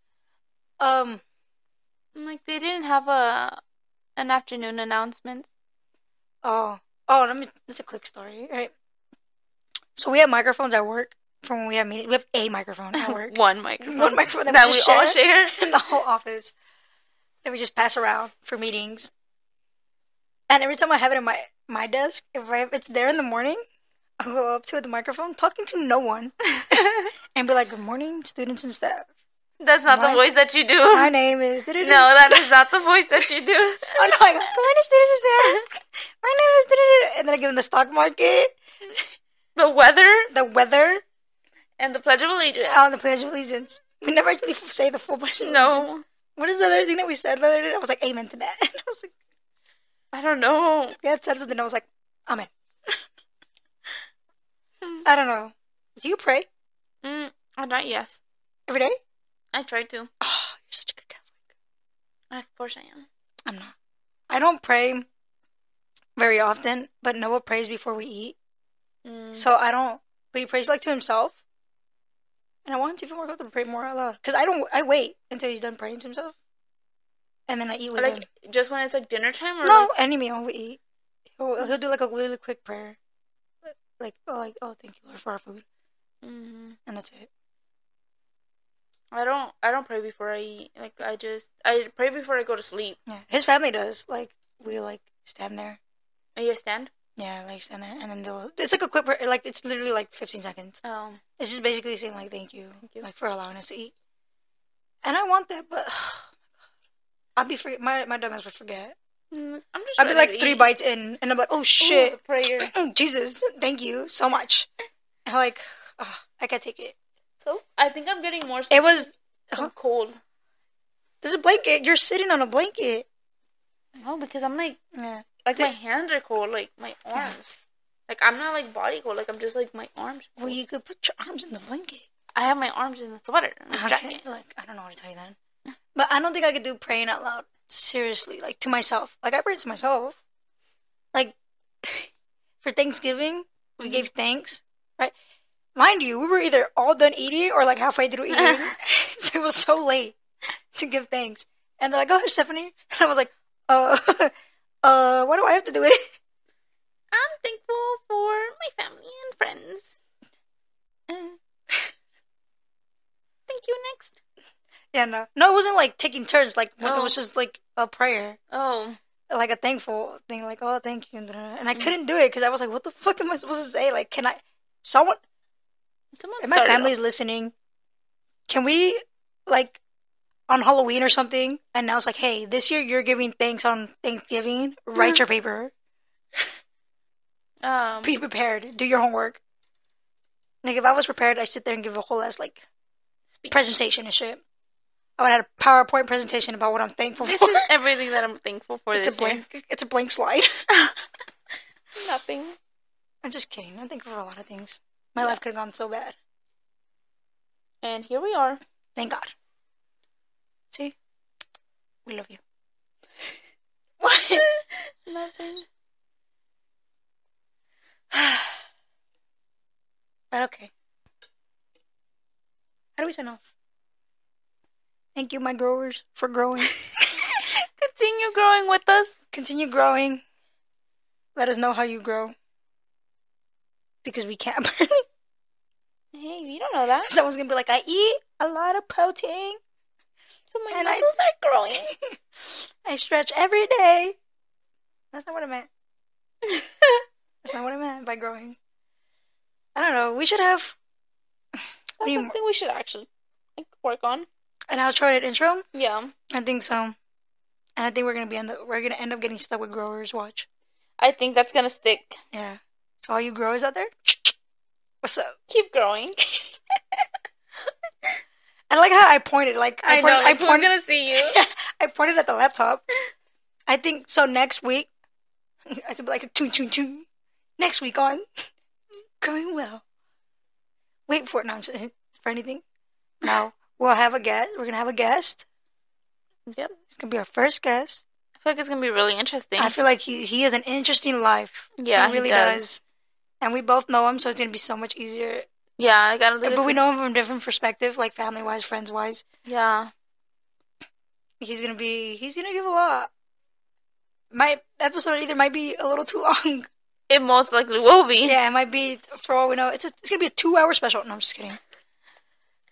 Um. I'm Like they didn't have a an afternoon announcement. Oh, oh, let me. That's a quick story, All right? So we have microphones at work. From when we have meetings, we have a microphone at work. One microphone. One microphone that we that we just all share. in the whole office that we just pass around for meetings. And every time I have it in my my desk, if, I, if it's there in the morning, I'll go up to the microphone, talking to no one, and be like, "Good morning, students and staff. That's not Mine- the voice that you do. My name is." No, that is not the voice that you do. Oh no! I go, "Good morning, students and staff. My name is." And then I give them the stock market, The weather the weather, and the Pledge of Allegiance. on the Pledge of Allegiance. We never actually f- say the full Pledge of Allegiance. no, What is the other thing that we said the other day? I was like, "Amen" to that. And I was like, I don't know. Yeah, it said something. I was like, Amen. I don't know. Do you pray Mm, I'm not yes. every day? I tried to. Oh, you're such a good Catholic. Of course I am. I'm not. I don't pray very often, but Noah prays before we eat. Mm. So I don't, but he prays like to himself. And I want him to feel more comfortable to pray more out loud. Because I don't, I wait until he's done praying to himself. And then I eat with him. like just when it's like dinner time or No, like, any meal we eat. He'll, he'll do like a really quick prayer. Like, oh, like, oh, thank you, Lord, for our food. Mhm. And that's it. I don't. I don't pray before I eat. Like I just. I pray before I go to sleep. Yeah, his family does. Like we like stand there. Are you a stand? Yeah, like stand there, and then they'll. It's like a quick. pr- Like it's literally like fifteen seconds. Oh, It's just basically saying like thank you, you. like for allowing us to eat. And I want that, but I'd be forget. My my dumbass would forget. Mm, I'm just. I'd be ready like to three eat. bites in, and I'm like, oh Ooh, shit, the prayer. Jesus, thank you so much. And like, ah, I can't take it. So I think I'm getting more. It was. I'm cold. There's a blanket. You're sitting on a blanket. No, because I'm like Yeah. like Th- my hands are cold, like my arms. Like I'm not like body cold, like I'm just like my arms. Well, you could put your arms in the blanket. I have my arms in the sweater, in the jacket. Like I don't know what to tell you then. But I don't think I could do praying out loud seriously, like to myself. Like I prayed to myself. Like for Thanksgiving, we gave thanks, right? Mind you, we were either all done eating or like halfway through eating, so it was so late to give thanks. And they're like, "Go ahead, Stephanie," and I was like, "Uh, uh, why do I have to do it?" I'm thankful for my family and friends. Eh. Thank you. Next. yeah, no, no, it wasn't like taking turns. Like it Oh. was just like a prayer. Oh, like a thankful thing, like oh thank you, and I Mm. couldn't do it because I was like, what the fuck am I supposed to say? Like, can I? Someone, someone. if my started family's listening, can we like on Halloween or something announce like, hey, this year you're giving thanks on Thanksgiving. Mm. Write your paper. off. Um, Be prepared. Do your homework. Like if I was prepared, I'd sit there and give a whole ass like Speech. presentation and shit. I would have a PowerPoint presentation about what I'm thankful This for. is everything that I'm thankful for it's a this year. blank. It's a blank slide. Nothing. I'm just kidding. I'm thankful for a lot of things. My life could have gone so bad. And here we are. Thank God. See, we love you. What? Nothing. But okay. How do we sign off? Thank you, my growers, for growing. Continue growing with us. Continue growing. Let us know how you grow. Because we can't. Hey, you don't know that. Someone's gonna be like, I eat a lot of protein. So my And I- muscles are growing. I stretch every day. That's not what I meant. That's not what I meant by growing. I don't know. We should have That's you- something we should actually like, work on. an outro and intro. Yeah. I think so. And I think we're gonna be on the we're gonna end up getting stuck with growers watch. I think that's gonna stick. Yeah. So all you growers out there, what's up? Keep growing. I like how I pointed. Like I, pointed, I who's pointed. gonna see you. I pointed at the laptop. I think so. Next week, I should be like a toon toon toon. Next week on, going well. Wait for it. No, I'm just- for anything. No, we'll have a guest. We're gonna have a guest. Yep. It's gonna be our first guest. I feel like it's gonna be really interesting. I feel like he he has an interesting life. yeah, he really does. And we both know him, so it's gonna be so much easier. Yeah, I gotta. But Think it's- we know him from different perspective, like family wise, friends wise. Yeah. He's gonna be. He's gonna give a lot. My episode either might be a little too long. It most likely will be. Yeah, it might be. For all we know, it's a, it's gonna be a two-hour special. No, I'm just kidding.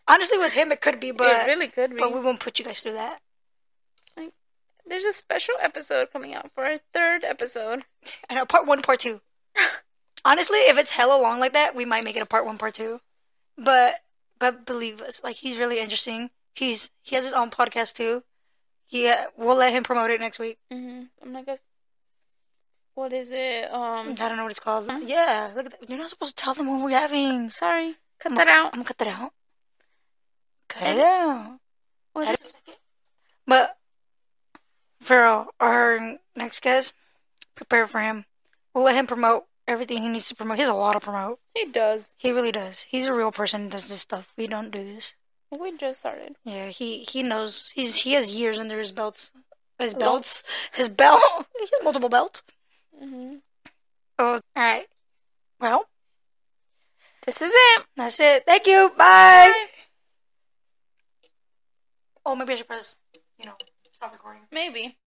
Honestly, with him, it could be, but it really could be. but we won't put you guys through that. There's a special episode coming out for our third episode. I know part one, part two. Honestly, if it's hella long like that, we might make it a part one, part two. But but believe us, like he's really interesting. He's he has his own podcast too. Yeah, we'll let him promote it next week. Mm-hmm. I'm like, a, what is it? I Um, don't know what it's called. Yeah, look at that. You're not supposed to tell them what we're having. sorry, cut I'm that gonna- out. I'm gonna cut that out. Cut Edit. it out. What Edit a is- second. But for our- our next guest, prepare for him. We'll let him promote everything he needs to promote. He has a lot to promote. It does. He really does. He's a real person. and Does this stuff. We don't do this. Like we just started. Yeah, he he knows. He's he has years under his belts. His Belts. belts. His belt. He has multiple belts. Mm-hmm. Oh, all right. Well, This is it. that's it. Thank you. Bye. Oh, maybe I should press. You know, stop recording. Maybe.